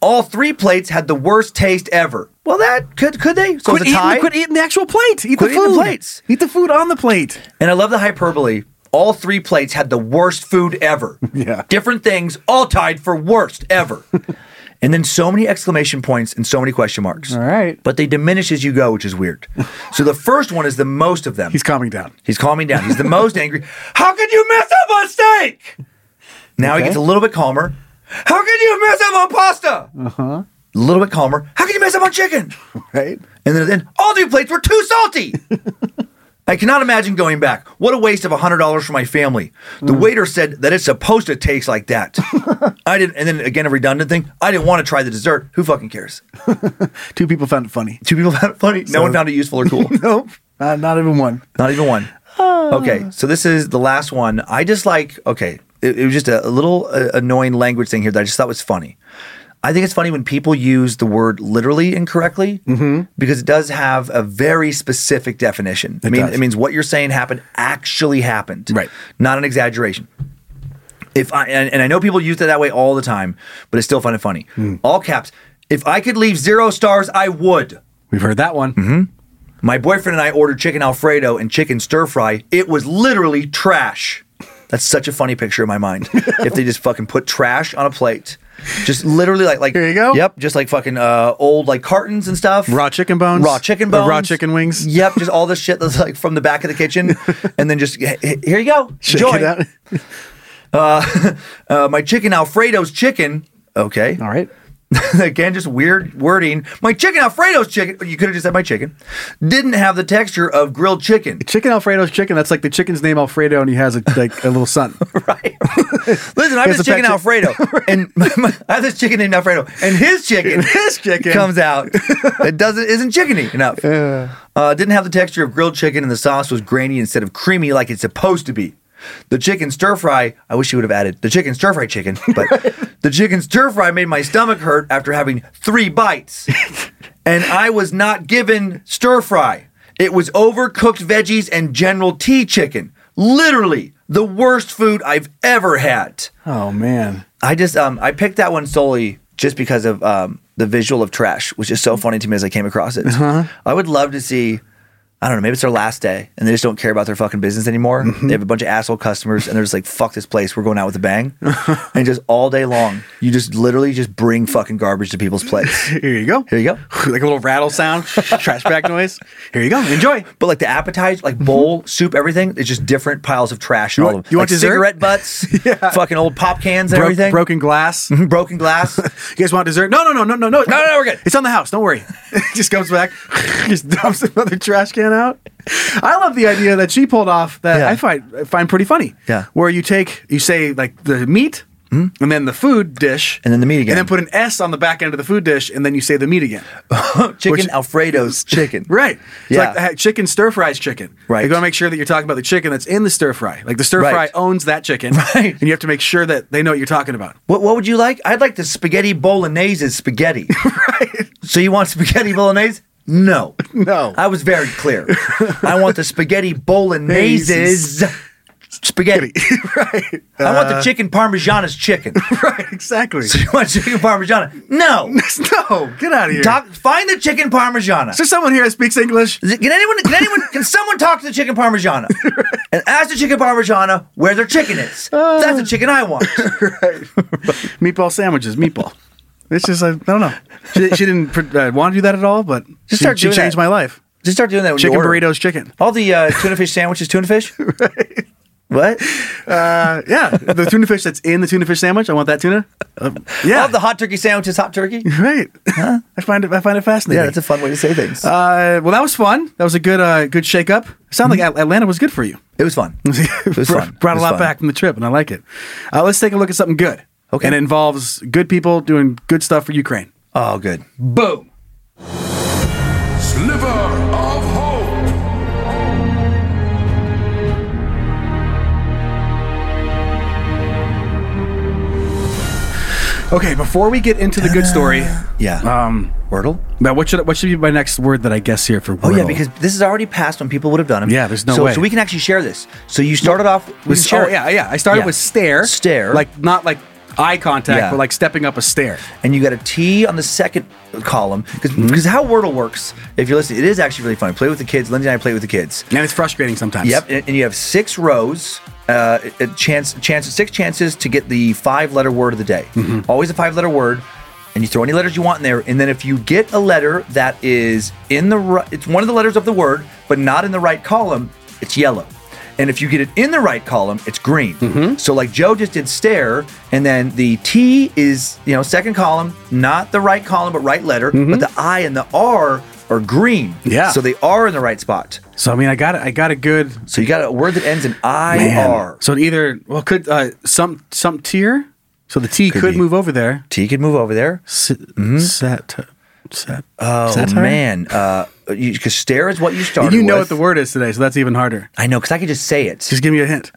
S3: All three plates had the worst taste ever. Well, that could could they? So
S2: Quit,
S3: it's a tie.
S2: eating, quit eating the actual plate.
S3: Quit
S2: Eat the
S3: eating
S2: food.
S3: the plates.
S2: Eat the food on the plate.
S3: And I love the hyperbole. All three plates had the worst food ever.
S2: Yeah.
S3: Different things, all tied for worst ever. and then so many exclamation points and so many question marks. All
S2: right.
S3: But they diminish as you go, which is weird. so the first one is the most of them.
S2: He's calming down.
S3: He's calming down. He's the most angry. How could you mess up on steak? Now he gets a little bit calmer. How could you mess up on pasta? Uh-huh. A little bit calmer. How could you mess up on chicken?
S2: Right?
S3: And then, then all three plates were too salty. I cannot imagine going back. What a waste of $100 for my family. The waiter said that it's supposed to taste like that. I didn't, and then again, a redundant thing. I didn't want to try the dessert. Who fucking cares?
S2: Two people found it funny.
S3: Two people found it funny. no one
S2: So-
S3: found it useful or cool.
S2: Nope. Uh, not even one.
S3: Not even one.
S2: Ah.
S3: Okay, so this is the last one. I just like, okay, it, it was just a, a little uh, annoying language thing here that I just thought was funny. I think it's funny when people use the word literally incorrectly
S2: Mm-hmm.
S3: because it does have a very specific definition. I mean,
S2: does.
S3: it means what you're saying happened actually happened,
S2: Right.
S3: Not an exaggeration. If I and, and I know people use it that way all the time, but I still find it funny.
S2: Mm.
S3: All caps. If I could leave zero stars, I would.
S2: We've heard that one.
S3: My boyfriend and I ordered chicken Alfredo and chicken stir fry. It was literally trash. That's such a funny picture in my mind. if they just fucking put trash on a plate, just literally like like
S2: Here you go.
S3: Yep, just like fucking uh, old like cartons and stuff.
S2: Raw chicken bones?
S3: raw chicken
S2: Or
S3: bones,
S2: raw chicken wings?
S3: Yep, just all this shit that's like from the back of the kitchen, and then just "H- h- here you go.
S2: Check
S3: Enjoy.
S2: it out.
S3: Uh, my chicken Alfredo's chicken. Okay.
S2: All right.
S3: again, just weird wording. My chicken Alfredo's chicken. You could have just said my chicken. Didn't have the texture of grilled chicken.
S2: Chicken Alfredo's chicken. That's like the chicken's name Alfredo, and he has a, like a little son.
S3: right? Listen, I have
S2: It's
S3: this chicken
S2: affected-
S3: Alfredo, and my, my- I have this chicken named Alfredo, and his chicken,
S2: his chicken.
S3: comes out that doesn't isn't chickeny enough. Uh, didn't have the texture of grilled chicken, and the sauce was grainy instead of creamy like it's supposed to be. The chicken stir fry. I wish you would have added the chicken stir fry chicken, but the chicken stir fry made my stomach hurt after having three bites, and I was not given stir fry. It was overcooked veggies and General T chicken. Literally the worst food I've ever had.
S2: Oh, man.
S3: I just um I picked that one solely just because of um the visual of trash, which is so funny to me as I came across it.
S2: Uh-huh.
S3: I would love to see. I don't know. Maybe it's their last day, and they just don't care about their fucking business anymore.
S2: Mm-hmm.
S3: They have a bunch of asshole customers, and they're just like, "Fuck this place. We're going out with a bang." and just all day long, you just literally just bring fucking garbage to people's plates.
S2: Here you go.
S3: Here you go.
S2: like a little rattle sound, trash bag noise. Here you go. Enjoy.
S3: But like the appetizer, like bowl, soup, everything, it's just different piles of trash. and all
S2: Mm-hmm. You want-
S3: of
S2: you
S3: like
S2: want dessert?
S3: cigarette butts,
S2: Yeah.
S3: fucking old pop cans, and
S2: Broke-
S3: everything,
S2: broken glass.
S3: broken glass.
S2: You guys want dessert? No, no, no, no, no, no. No,
S3: no, we're good.
S2: It's on the house. Don't worry. just comes back, just dumps another trash can out. I love the idea that she pulled off that
S3: Yeah.
S2: I find I find pretty funny.
S3: Yeah. Hmm?
S2: Where you take you say like the meat and then the food dish
S3: And then the meat again.
S2: and then put an S on the back end of the food dish and then you say the meat again.
S3: chicken
S2: Which-
S3: Alfredo's chicken.
S2: Right. It's
S3: Yeah.
S2: like uh, chicken stir fries chicken.
S3: Right.
S2: You gotta make sure that you're talking about the chicken that's in the stir fry. Like the stir
S3: Right.
S2: fry owns that chicken.
S3: Right.
S2: And you have to make sure that they know what you're talking about.
S3: What what would you like? I'd like the spaghetti bolognese is spaghetti. right. So you want spaghetti bolognese? No.
S2: No.
S3: I was very clear. I want the spaghetti bolognese spaghetti.
S2: right. Uh,
S3: I want the chicken parmesan as chicken.
S2: Right, exactly.
S3: So you want chicken parmesan? No.
S2: no, get out of here.
S3: Talk, find the chicken parmesan.
S2: Is there someone here that speaks English?
S3: Is it- Can anyone? Can anyone? can someone talk to the chicken parmigiana and ask the chicken parmigiana where their chicken is?
S2: Uh,
S3: That's the chicken I want.
S2: Meatball sandwiches, meatball. It's just like, I don't know. She, she didn't uh, want to do that at all, but
S3: Just
S2: she,
S3: start
S2: she
S3: doing
S2: changed
S3: that.
S2: my life.
S3: Just start doing that. When
S2: Chicken
S3: you order.
S2: burritos, chicken.
S3: All the uh, tuna fish sandwiches, tuna fish. What?
S2: Uh, yeah, the tuna fish that's in the tuna fish sandwich. I want that tuna. Um, yeah,
S3: All Uh, the hot turkey sandwiches, hot turkey.
S2: right. I find it. I find it fascinating.
S3: Yeah, that's a fun way to say things.
S2: uh, well, that was fun. That was a good, uh, good shake up. Sound like At- Atlanta was good for you.
S3: it was fun. It was
S2: Brought-
S3: Mm-hmm. fun.
S2: Brought
S3: It was
S2: a lot
S3: fun.
S2: back from the trip, and I like it. Uh, let's take a look at something good.
S3: Okay.
S2: And it involves good people doing good stuff for Ukraine.
S3: Oh, good.
S2: Boom.
S11: Sliver of hope.
S2: Okay, before we get into the good story,
S3: Uh, yeah.
S2: Um,
S3: Wordle.
S2: Now, what should what should be my next word that I guess here for Wordle?
S3: Oh yeah, because this is already past when people would have done them.
S2: Yeah, there's no
S3: so,
S2: way.
S3: So we can actually share this. So you started off with
S2: With- oh, yeah, yeah. I started with stare.
S3: stare,
S2: like not like eye contact,
S3: Yeah.
S2: but like stepping up a stair.
S3: and you got a T on the second column because
S2: Mm-hmm.
S3: how Wordle works. If you're listening, it is actually really fun. Play with the kids. Lindsay and I play with the kids.
S2: And it's frustrating sometimes.
S3: Yep, and, and you have six rows. Uh, a chance, chance, six chances to get the five-letter word of the day.
S2: Mm-hmm.
S3: Always a five-letter word, and you throw any letters you want in there. And then if you get a letter that is in the, ri- it's one of the letters of the word, but not in the right column, it's yellow. And if you get it in the right column, it's green.
S2: Mm-hmm.
S3: So like Joe just did stare, and then the T is you know second column, not the right column but right letter, but the I and the R are green.
S2: Mm-hmm. Yeah.
S3: So they are in the right spot.
S2: So I mean, I got I got a good
S3: So you got a word that ends in I
S2: Man.
S3: R.
S2: So it either well could uh, some some tier. So the T could,
S3: be. Mm-hmm.
S2: move over there.
S3: T could move over there.
S2: S- Sat. Sat.
S3: Oh
S2: Satire?
S3: man, uh, because stare is what you
S2: And
S3: started.
S2: you know
S3: with.
S2: what the word is today, so that's even harder.
S3: I know because I could just say it.
S2: Just give me a hint.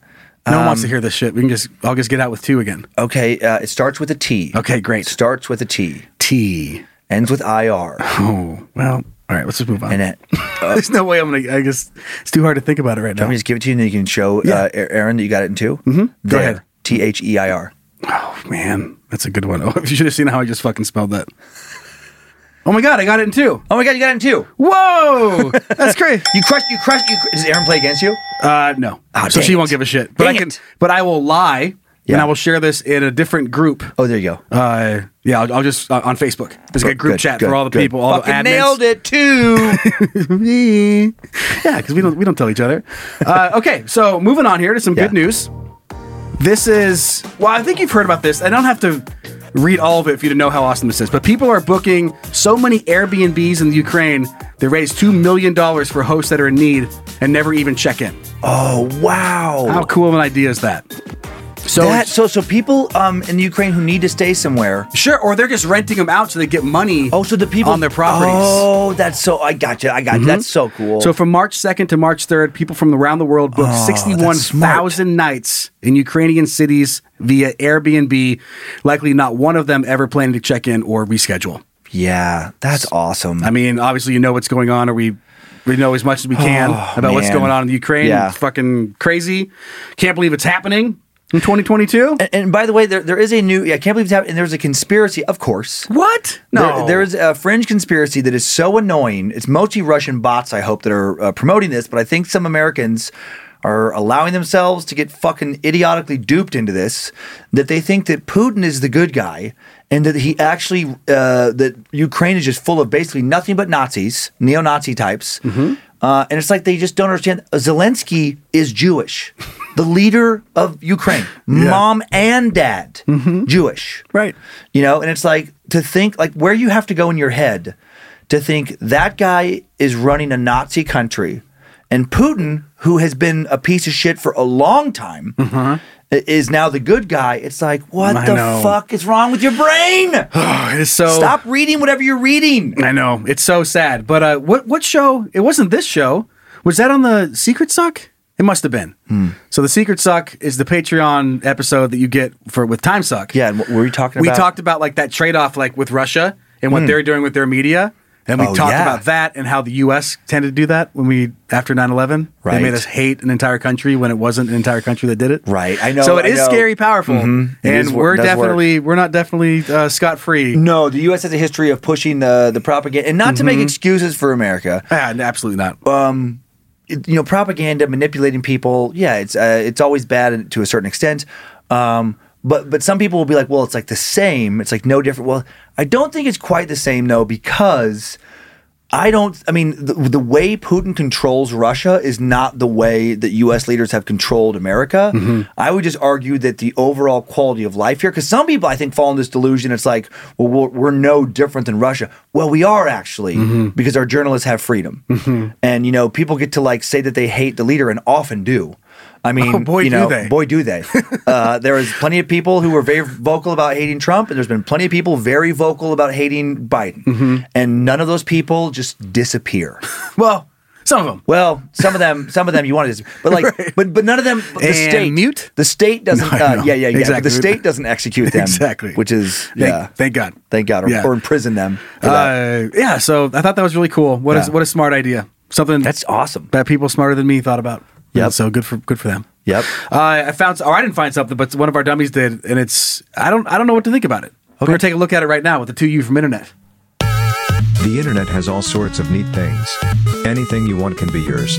S2: No one
S3: Um,
S2: wants to hear this shit. We can just I'll just get out with two again.
S3: Okay, uh, it starts with a T.
S2: Okay,
S3: It
S2: great.
S3: starts with a T.
S2: T.
S3: Ends with I R.
S2: Oh well. All right, let's just move on.
S3: And uh, it.
S2: There's no way I'm gonna. I guess it's too hard to think about it right
S3: Let
S2: now.
S3: me just give it to you, and then you can show uh, A- Aaron that you got it in 2 Mm-hmm.
S2: Go ahead.
S3: T H E I R.
S2: Oh man, that's a good one. Oh, you should have seen how I just fucking spelled that. Oh my god, I got it in two.
S3: Oh my God, you got it in two.
S2: Whoa, that's crazy.
S3: You crushed. You crushed. You. cr- Does Aaron play against you?
S2: Uh, no,
S3: Oh,
S2: so
S3: dang
S2: she
S3: it.
S2: won't give a shit. But
S3: Dang
S2: I can.
S3: it.
S2: But I will lie, and
S3: Yeah.
S2: I will share this in a different group.
S3: Oh, there you go.
S2: Uh, yeah, I'll, I'll just uh, on Facebook. There's like a
S3: Good,
S2: group
S3: good,
S2: chat
S3: good,
S2: for all the
S3: good.
S2: people, all
S3: Fucking
S2: the admins.
S3: nailed it too.
S2: yeah, because we don't we don't tell each other. Uh, okay, so moving on here to some good
S3: Yeah.
S2: news. This is well, I think you've heard about this. I don't have to read all of it for you to know how awesome this is. But people are booking so many Airbnbs in Ukraine. They raise two million dollars for hosts that are in need and never even check in.
S3: oh wow.
S2: How cool of an idea is that? So
S3: That, so so people um in Ukraine who need to stay somewhere.
S2: sure, or they're just renting them out so they get money.
S3: Oh, so the people
S2: on their properties. Mm-hmm.
S3: Oh, that's so. I got you. I got you. That's so cool.
S2: So from March 2nd to March 3rd, people from around the world booked
S3: Oh, that's
S2: 61,000 nights in Ukrainian cities via Airbnb. Likely not one of them ever planning to check in or reschedule.
S3: yeah, that's awesome.
S2: I mean, obviously, you know what's going on, or we. We know as much as we can
S3: Oh,
S2: about what's
S3: man.
S2: going on in Ukraine.
S3: Yeah.
S2: It's fucking crazy. Can't believe it's happening in 2022.
S3: and, and by the way, there, there is a new. I can't believe it's happened. And there's a conspiracy. Of course.
S2: What? No.
S3: There, there is a fringe conspiracy that is so annoying. It's mostly Russian bots, I hope, that are uh, promoting this, but I think some Americans are allowing themselves to get fucking idiotically duped into this that they think that Putin is the good guy and that he actually, uh, that Ukraine is just full of basically nothing but Nazis, neo Nazi types.
S2: Mm-hmm.
S3: Uh, and it's like they just don't understand. Zelensky is Jewish, the leader of Ukraine, mom and dad, Jewish.
S2: Mm-hmm. Right.
S3: You know, and it's like to think like where you have to go in your head to think that guy is running a Nazi country and Putin, who has been a piece of shit for a long time, i- is now the good guy. It's like, what
S2: I
S3: the
S2: know.
S3: fuck is wrong with your brain?
S2: It is so.
S3: Stop reading whatever you're reading.
S2: I know it's so sad. But uh, what what show? It wasn't this show. Was that on the Secret Suck? It must have been.
S3: Hmm.
S2: So the Secret Suck is the Patreon episode that you get for with Time Suck.
S3: Yeah, and what were we talking
S2: We
S3: about? Hmm.
S2: talked about like that trade off, like with Russia and what they're doing with their media. And we
S3: Oh,
S2: talked
S3: yeah.
S2: about that and how the U.S. tended to do that when we after 9-11. They
S3: Right.
S2: made us hate an entire country when it wasn't an entire country that did it.
S3: Right, I know,
S2: So it
S3: I
S2: is
S3: know. Mm-hmm.
S2: scary, powerful,
S3: It
S2: and
S3: is wor-
S2: we're
S3: does work.
S2: definitely we're not definitely uh, scot free.
S3: No, the U.S. has a history of pushing the the propaganda, and not to make excuses for America.
S2: Ah, absolutely not.
S3: it- you know propaganda manipulating people yeah it's uh, it's always bad in- to a certain extent um but but some people will be like well it's like the same it's like no different well i don't think it's quite the same though because i don't i mean the, the way putin controls russia is not the way that us leaders have controlled america
S2: Mm-hmm.
S3: i would just argue that the overall quality of life here because some people i think fall in this delusion it's like well we're, we're no different than russia well we are actually
S2: Mm-hmm.
S3: because our journalists have freedom and you know people get to like say that they hate the leader and often do I mean,
S2: Oh, boy,
S3: you
S2: do
S3: know,
S2: they.
S3: boy, do they. uh, there was plenty of people who were very vocal about hating Trump, and there's been plenty of people very vocal about hating Biden.
S2: Mm-hmm.
S3: And none of those people just disappear.
S2: Well, some of them.
S3: Well, some of them, some of them you want to, dis- but like, but but none of them. The
S2: And
S3: state
S2: mute?
S3: The state doesn't.
S2: No,
S3: uh,
S2: no.
S3: yeah, yeah, yeah.
S2: Exactly.
S3: The state doesn't execute them
S2: Exactly.
S3: which is
S2: Thank-
S3: yeah.
S2: thank God.
S3: thank God, or,
S2: Yeah.
S3: or imprison them. for that.
S2: Uh, yeah, so I thought that was really cool. What a-
S3: Yeah.
S2: what a smart idea. Something
S3: That's awesome.
S2: that people smarter than me thought about.
S3: Yep.
S2: And So good for good for them.
S3: Yep.
S2: Uh, I found, or I didn't find something, but one of our dummies did, and it's I don't I don't know what to think about it. We're gonna take a look at it right now with the two you from internet.
S12: The internet has all sorts of neat things. Anything you want can be yours.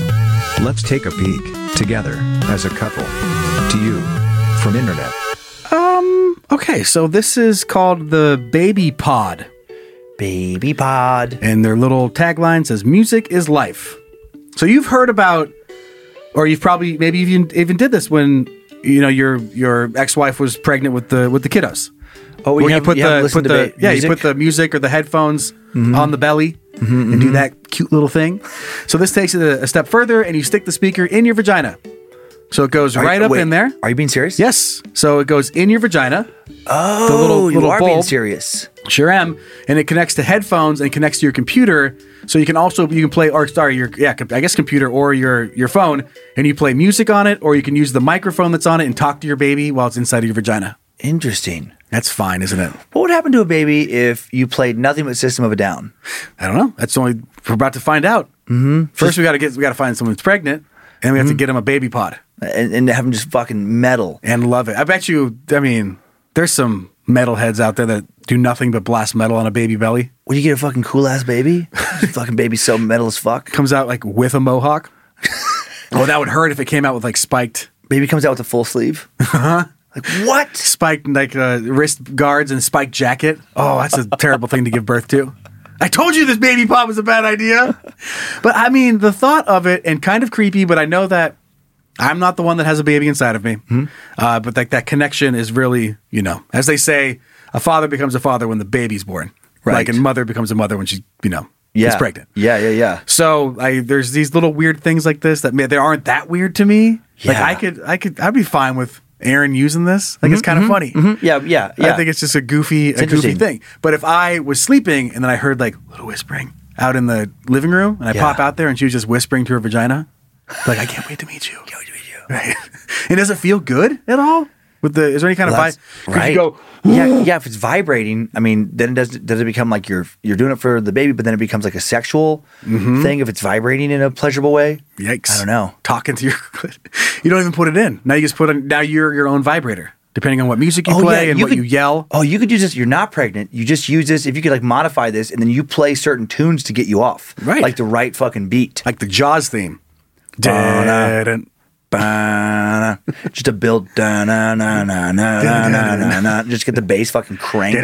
S12: Let's take a peek, together, as a couple. To you, from internet.
S2: Um. Okay. So this is called the Baby Pod.
S3: Baby Pod.
S2: And their little tagline says, "Music is life." So you've heard about, or you've probably maybe even even did this when you know your your ex wife was pregnant with the with the kiddos.
S3: Oh,
S2: Where
S3: you haven't- you haven't
S2: put
S3: listened to
S2: the
S3: ba-
S2: yeah you
S3: music? Mm-hmm.
S2: put the music or the headphones on the belly and do that cute little thing. So this takes it a, a step further, and you stick the speaker in your vagina. So it goes
S3: Are you-
S2: right up
S3: wait,
S2: in there.
S3: Are you being serious?
S2: Yes. So it goes in your vagina.
S3: Oh,
S2: the little-
S3: you
S2: little
S3: are being
S2: bulb.
S3: serious.
S2: Sure am, and it connects to headphones and connects to your computer, so you can also you can play or sorry your yeah com- I guess computer or your your phone, and you play music on it, or you can use the microphone that's on it and talk to your baby while it's inside of your vagina.
S3: Interesting.
S2: That's fine, isn't it?
S3: What would happen to a baby if you played nothing but System of a Down?
S2: I don't know. That's only we're about to find out. Mm-hmm. First, we got to get we got to find someone who's pregnant, and we have to get them a baby pod
S3: And, and have them just fucking metal.
S2: and love it. I bet you. I mean, there's some metalheads out there that do nothing but blast metal on a baby belly.
S3: Would you get a fucking cool ass baby? fucking baby so metal as fuck.
S2: Comes out like with a mohawk. oh, that would hurt if it came out with like spiked.
S3: Baby comes out with a full sleeve.
S2: Uh-huh.
S3: Like what?
S2: spiked like uh, wrist guards and spiked jacket. Oh, that's a terrible thing to give birth to. I told you this baby pop was a bad idea. But I mean, the thought of it and kind of creepy. But I know that I'm not the one that has a baby inside of me.
S3: Hmm.
S2: Uh, but like that connection is really, you know, as they say, a father becomes a father when the baby's born.
S3: Right.
S2: Like a mother becomes a mother when she's, you know,
S3: Yeah.
S2: is pregnant.
S3: Yeah, yeah, yeah.
S2: So I there's these little weird things like this that may, they aren't that weird to me. Like
S3: Yeah. Mm-hmm,
S2: I could I could I'd be fine with Aaron using this. Like it's kind of funny.
S3: Yeah, yeah, yeah.
S2: I think it's just a goofy a goofy
S3: interesting.
S2: thing. But if I was sleeping and then I heard like little whispering out in the living room and I
S3: Yeah.
S2: pop out there and she was just whispering to her vagina, like I can't wait to meet you. Can't wait to meet you. Right. and does it feel good at all? With the is there any kind
S3: Well,
S2: of
S3: that's-
S2: vibe?
S3: right.
S2: You go,
S3: yeah, yeah. If it's vibrating, I mean, then it does. Does it become like you're you're doing it for the baby, but then it becomes like a sexual thing if it's vibrating in a pleasurable way.
S2: Mm-hmm. Yikes!
S3: I don't know.
S2: Talking to your, you don't even put it in. Now you just put on. Now you're your own vibrator, depending on what music you play and what
S3: Oh, could-
S2: you yell.
S3: Oh, you could use this. You're not pregnant. You just use this. If you could like modify this, and then you play certain tunes to get you off,
S2: Right.
S3: Like the right fucking beat,
S2: Like the Jaws theme.
S3: Ba-na.
S2: Dun-dun.
S3: Ba-na. just to build. da na na na na na na na na. Just get the bass fucking cranked.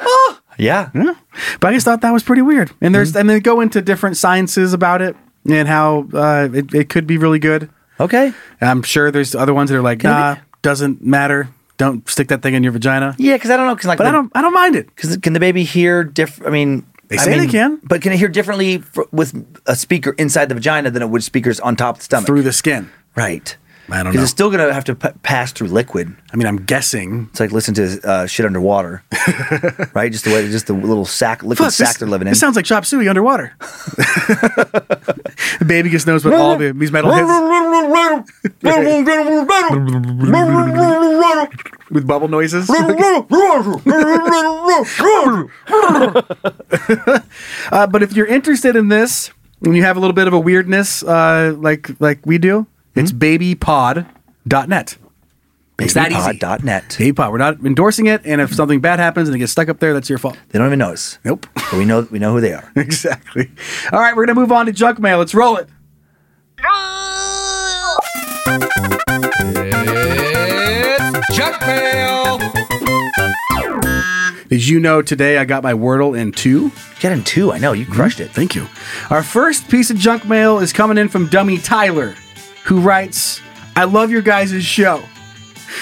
S2: Oh!
S3: Yeah.
S2: Yeah. But I just thought that was pretty weird. And
S3: Mm-hmm.
S2: there's and they go into different sciences about it and how uh, it, it could be really good.
S3: Okay.
S2: I'm sure there's other ones that are like,
S3: Can
S2: nah,
S3: it be-
S2: doesn't matter. Don't stick that thing in your vagina.
S3: Yeah, because I don't know. Because like,
S2: But I
S3: the-
S2: don't I don't mind it.
S3: Because can the baby hear different? I mean,
S2: They
S3: I
S2: say they
S3: mean,
S2: can.
S3: but can it hear differently fr with a speaker inside the vagina than it would speakers on top of the stomach?
S2: Through the skin.
S3: right.
S2: I don't
S3: Because
S2: know.
S3: it's still gonna have to p- pass through liquid.
S2: I mean, I'm guessing
S3: It's like listen to uh, shit underwater, right? Just the way, just the little sack, liquid
S2: Fuck,
S3: sack
S2: this,
S3: they're living in.
S2: this sounds like chop suey underwater. the baby just knows what all the these metal hits with bubble noises. uh, but if you're interested in this and you have a little bit of a weirdness, uh, like like we do,
S3: Hmm?
S2: it's babypod.net. It's that easy.
S3: Babypod.net.
S2: Babypod. We're not endorsing it, and if something bad happens and it gets stuck up there, that's your fault.
S3: They don't even notice.
S2: Nope.
S3: But we know we know who they are.
S2: exactly. All right, we're gonna move on to junk mail. Let's roll it.
S11: It's junk mail.
S2: Did you know today I got my Wordle in two?
S3: Get in two. I know you crushed it.
S2: Mm-hmm. Thank you. Our first piece of junk mail is coming in from Dummy Tyler, who writes, I love your guys' show.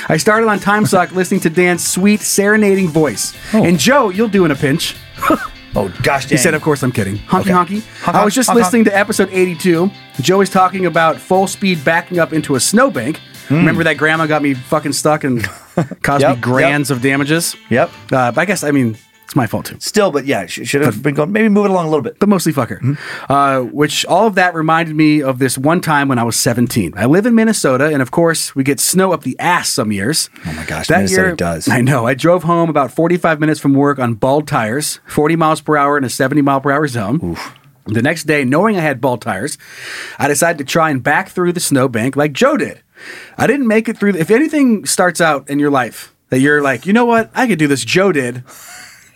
S2: I started on Time Suck listening to Dan's sweet serenading voice. And Joe, you'll do in a pinch.
S3: Oh gosh,
S2: He
S3: dang.
S2: said, "Of course, I'm kidding." Honky honky.
S3: Honk,
S2: I
S3: honk,
S2: was just
S3: honk,
S2: listening to episode 82. Joey's talking about full speed backing up into a snowbank. Remember that grandma got me fucking stuck and caused me
S3: Hmm. Yep,
S2: grands of damages.
S3: Yep.
S2: Uh, but I guess I mean it's my fault too.
S3: Still, but yeah, should have been going. Maybe move it along a little bit.
S2: But mostly fucker.
S3: Mm-hmm.
S2: Uh, which all of that reminded me of this one time when I was 17. I live in Minnesota, and of course we get snow up the ass some years. Oh my
S3: gosh, Minnesota does.
S2: I know. I drove home about 45 minutes from work on bald tires, 40 miles per hour in a 70 mile per hour zone. The next day, knowing I had bald tires, I decided to try and back through the snowbank like Joe did. I didn't make it through. If anything starts out in your life that you're like, you know what, I could do this, Joe did.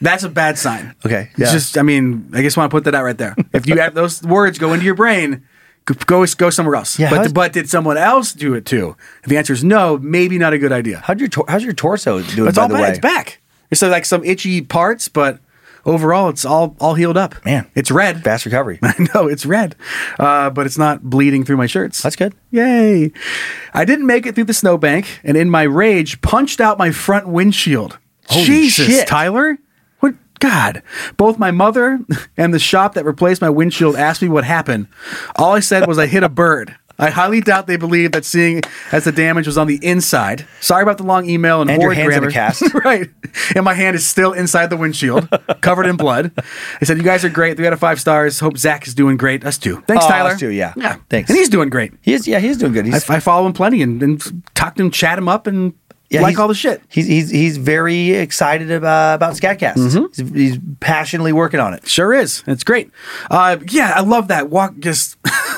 S2: That's a bad sign.
S3: Okay,
S2: It's
S3: yeah.
S2: just, I mean, I just want to put that out right there. If you have those words go into your brain, g- go go somewhere else.
S3: Yeah,
S2: but,
S3: how's-
S2: but did someone else do it too? If the answer is no, maybe not a good idea.
S3: How'd your tor- how's your torso doing?
S2: it's
S3: by
S2: all
S3: the
S2: bad.
S3: way,
S2: It's back. It's uh, like some itchy parts, but overall, it's all all healed up.
S3: Man,
S2: it's red.
S3: fast recovery.
S2: I know it's red, uh, but it's not bleeding through my shirts.
S3: That's good.
S2: Yay! I didn't make it through the snowbank, and in my rage, punched out my front windshield.
S3: Holy
S2: Jesus,
S3: shit.
S2: Tyler! What God? Both my mother and the shop that replaced my windshield asked me what happened. All I said was I hit a bird. I highly doubt they believe that seeing as the damage was on the inside. Sorry about the long email and,
S3: And your
S2: horrid
S3: hands in a
S2: grammar.
S3: cast.
S2: right. And my hand is still inside the windshield, covered in blood. I said, You guys are great. Three out of five stars. Hope Zach is doing great. Us too. Thanks,
S3: Oh,
S2: Tyler.
S3: us too, yeah.
S2: Yeah.
S3: Thanks.
S2: And he's doing great.
S3: He is. Yeah, he's doing good.
S2: I,
S3: He's
S2: I follow him plenty and, and talk to him, chat him up, and
S3: yeah,
S2: like
S3: he's-
S2: all the shit.
S3: He's he's he's very excited about about Scatcast.
S2: Mm-hmm.
S3: He's, he's passionately working on it.
S2: Sure is. It's great. Uh, yeah, I love that. Walk just.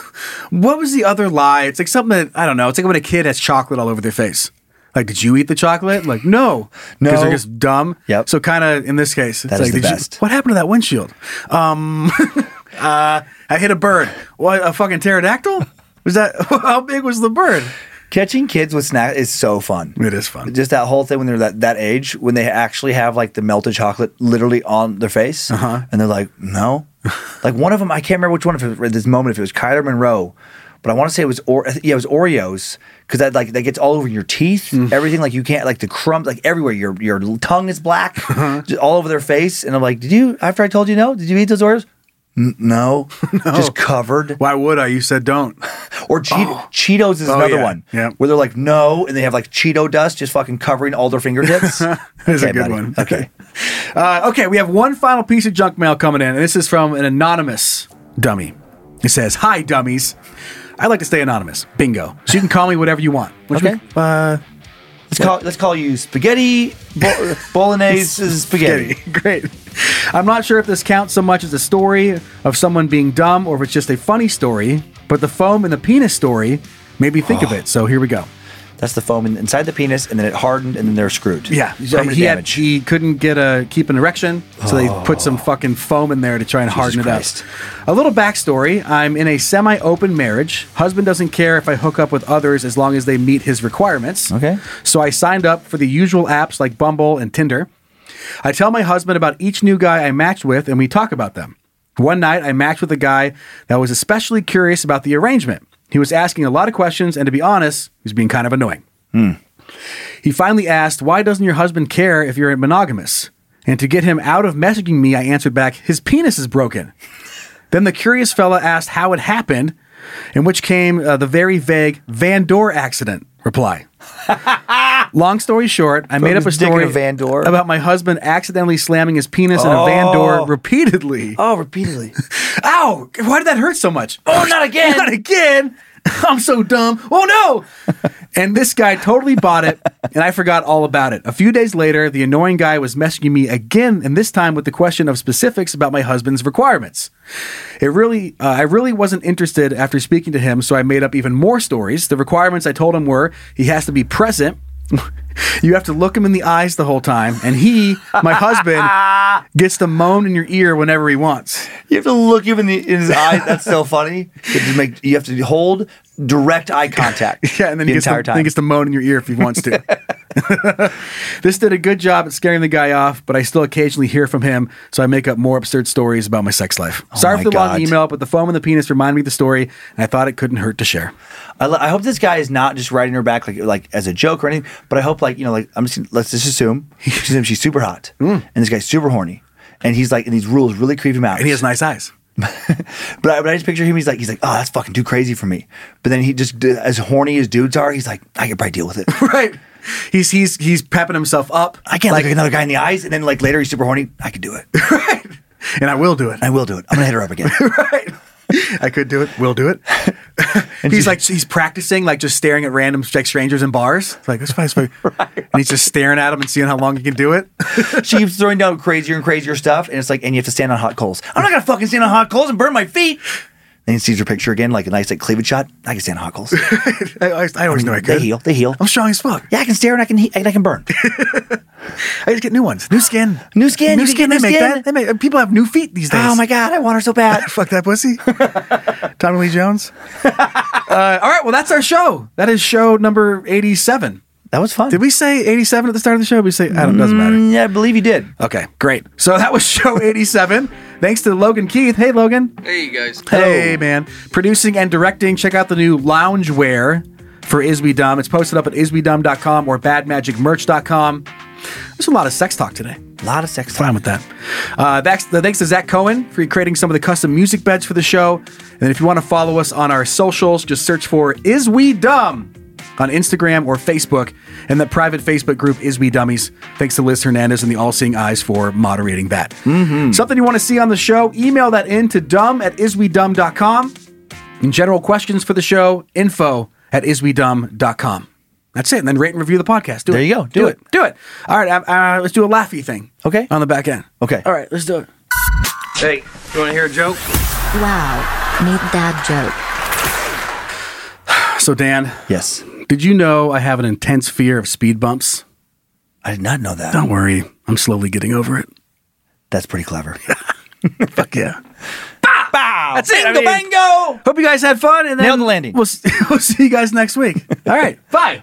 S2: what was the other lie? It's like something that I don't know. It's like when a kid has chocolate all over their face. Like, did you eat the chocolate? Like, no,
S3: No.
S2: because they're just dumb.
S3: Yep.
S2: So kind of in this case, it's
S3: That
S2: like,
S3: is the
S2: did you-
S3: best.
S2: what happened to that windshield? Um, uh, I hit a bird. What a fucking pterodactyl? Was that how big was the bird?
S3: Catching kids with snacks is so fun.
S2: It is fun.
S3: Just that whole thing when they're that, that age, when they actually have like the melted chocolate literally on their face, and they're like, no. like one of them, I can't remember which one of it was at this moment, if it was Kyler Monroe, but I want to say it was, or- yeah, it was Oreos, because that like that gets all over your teeth, everything. Like you can't, like the crumb, like everywhere. Your your tongue is black, just all over their face. And I'm like, did you, after I told you no, did you eat those Oreos? "N- No, just covered.
S2: Why would I? You said don't.
S3: Or che- Cheetos is
S2: Oh,
S3: another
S2: yeah.
S3: one
S2: Yeah.
S3: where they're like, no, and they have like Cheeto dust just fucking covering all their fingertips.
S2: That's
S3: Okay,
S2: a good
S3: buddy.
S2: one.
S3: Okay.
S2: Uh, okay, we have one final piece of junk mail coming in, and this is from an anonymous dummy. It says, "Hi, dummies. I like to stay anonymous. Bingo. So you can call me whatever you want. Which
S3: Okay.
S2: we- uh,
S3: Let's call let's call you spaghetti bo- bolognese spaghetti.
S2: Great. I'm not sure if this counts so much as a story of someone being dumb or if it's just a funny story, but the foam and the penis story made me think of it. So here we go.
S3: That's the foam in, inside the penis, and then it hardened, and then they're screwed.
S2: Yeah, so
S3: Permanent
S2: he, had,
S3: damage. Oh.
S2: he couldn't get a keep an erection, so they put some fucking foam in there to try and harden
S3: Christ.
S2: it up. A little backstory: I'm in a semi-open marriage. Husband doesn't care if I hook up with others as long as they meet his requirements.
S3: Okay.
S2: So I signed up for the usual apps like Bumble and Tinder. I tell my husband about each new guy I matched with, and we talk about them. One night, I matched with a guy that was especially curious about the arrangement. He was asking a lot of questions, and to be honest, he was being kind of annoying. He finally asked, Why doesn't your husband care if you're monogamous? And to get him out of messaging me, I answered back, His penis is broken. then the curious fella asked how it happened, in which came uh, the very vague Van Dor accident reply. Long story short, I made up a
S3: was digging
S2: story
S3: a Van Dorn?
S2: about my husband accidentally slamming his penis in a Van Door repeatedly.
S3: oh, repeatedly.
S2: Ow! Why did that hurt so much? Oh, not again! not again! I'm so dumb. Oh no! and this guy totally bought it, and I forgot all about it. A few days later, the annoying guy was messaging me again, and this time with the question of specifics about my husband's requirements. It really, uh, I really wasn't interested after speaking to him, so I made up even more stories. The requirements I told him were he has to be present. You have to look him in the eyes the whole time, and he, my husband, gets to moan in your ear whenever he wants.
S3: you have to look him in, the, in his eyes. That's so funny. You have to make you have to hold direct eye contact.
S2: Yeah, and then
S3: the
S2: he, gets
S3: entire
S2: to,
S3: time.
S2: then he gets to moan in your ear if he wants to. this did a good job at scaring the guy off, but I still occasionally hear from him, so I make up more absurd stories about my sex life. Sorry
S3: Oh my
S2: for the long
S3: God.
S2: email, but the foam and the penis reminded me of the story, and I thought it couldn't hurt to share.
S3: I, lo- I hope this guy is not just writing her back like like as a joke or
S2: Hmm.
S3: anything. But I hope like you know like I'm just let's just assume, assume she's super hot and this guy's super horny and he's like, and these rules really creep him out. And he
S2: has nice eyes.
S3: But I, but I just picture him. He's like, he's like, oh, that's fucking too crazy for me. But then he just, as horny as dudes are, he's like, I could probably deal with it.
S2: right. He's he's he's pepping himself up.
S3: I can't look another guy in the eyes, and then like later he's super horny. I could do it,
S2: and I will do it.
S3: I will do it. I'm gonna hit her up again.
S2: I could do it. We'll do it. he's like he's practicing, like just staring at random like strangers in bars. Like this guy's like, and he's just staring at him and seeing how long he can do it.
S3: she keeps throwing down crazier and crazier stuff, and it's like, and you have to stand on hot coals. I'm not gonna fucking stand on hot coals and burn my feet. Then he sees her picture again, like a nice like cleavage shot. I can stand on hot coals.
S2: I, I, I always know I
S3: They
S2: could.
S3: heal. They heal.
S2: I'm strong as fuck.
S3: Yeah, I can stare and I can he- and I can burn.
S2: I just get new ones, new skin,
S3: New skin.
S2: new
S3: you can
S2: skin.
S3: get
S2: They
S3: new
S2: make
S3: skin.
S2: that. They make uh, people have new feet these days.
S3: Oh my god, I want her so bad.
S2: Fuck that pussy. Tommy Lee Jones. uh, all right, well, that's our show. That is show number 87.
S3: That was fun.
S2: Did we say 87 at the start of the show? We say, I don't, doesn't matter.
S3: Mm, yeah, I believe you did.
S2: Okay, great. So that was show 87. Thanks to Logan Keith. Hey, Logan.
S11: Hey, you guys.
S2: Hey, man. Producing and directing. Check out the new loungewear for Is We Dumb. It's posted up at iswedumb.com or badmagicmerch.com. There's a lot of sex talk today.
S3: A lot of sex.
S2: Fine with that. Uh, thanks, thanks to Zach Cohen for creating some of the custom music beds for the show. And then if you want to follow us on our socials, just search for Is We Dumb on Instagram or Facebook. And the private Facebook group Is We Dummies. Thanks to Liz Hernandez and the All Seeing Eyes for moderating that.
S3: Mm-hmm.
S2: Something you want to see on the show, email that in to dumb at iswedumb.com. And general questions for the show, info at iswedumb.com. That's it. And then rate and review the podcast. Do
S3: There
S2: it.
S3: you go. Do it.
S2: Do it. All right. Uh, uh, let's do a laughy thing.
S3: Okay.
S2: On the back end.
S3: Okay.
S2: All right. Let's do it.
S11: Hey, you want to hear a joke?
S13: Wow, need that joke.
S2: So, Dan,
S3: Yes.
S2: did you know I have an intense fear of speed bumps?
S3: I did not know that.
S2: Don't worry. I'm slowly getting over it.
S3: That's pretty clever.
S2: Fuck yeah.
S3: Bow.
S2: That's it, I
S3: Bingo,
S2: mean-
S3: bango.
S2: Hope you guys had fun. And then
S3: Nailed the landing.
S2: We'll, s- we'll see you guys next week. All right. Bye.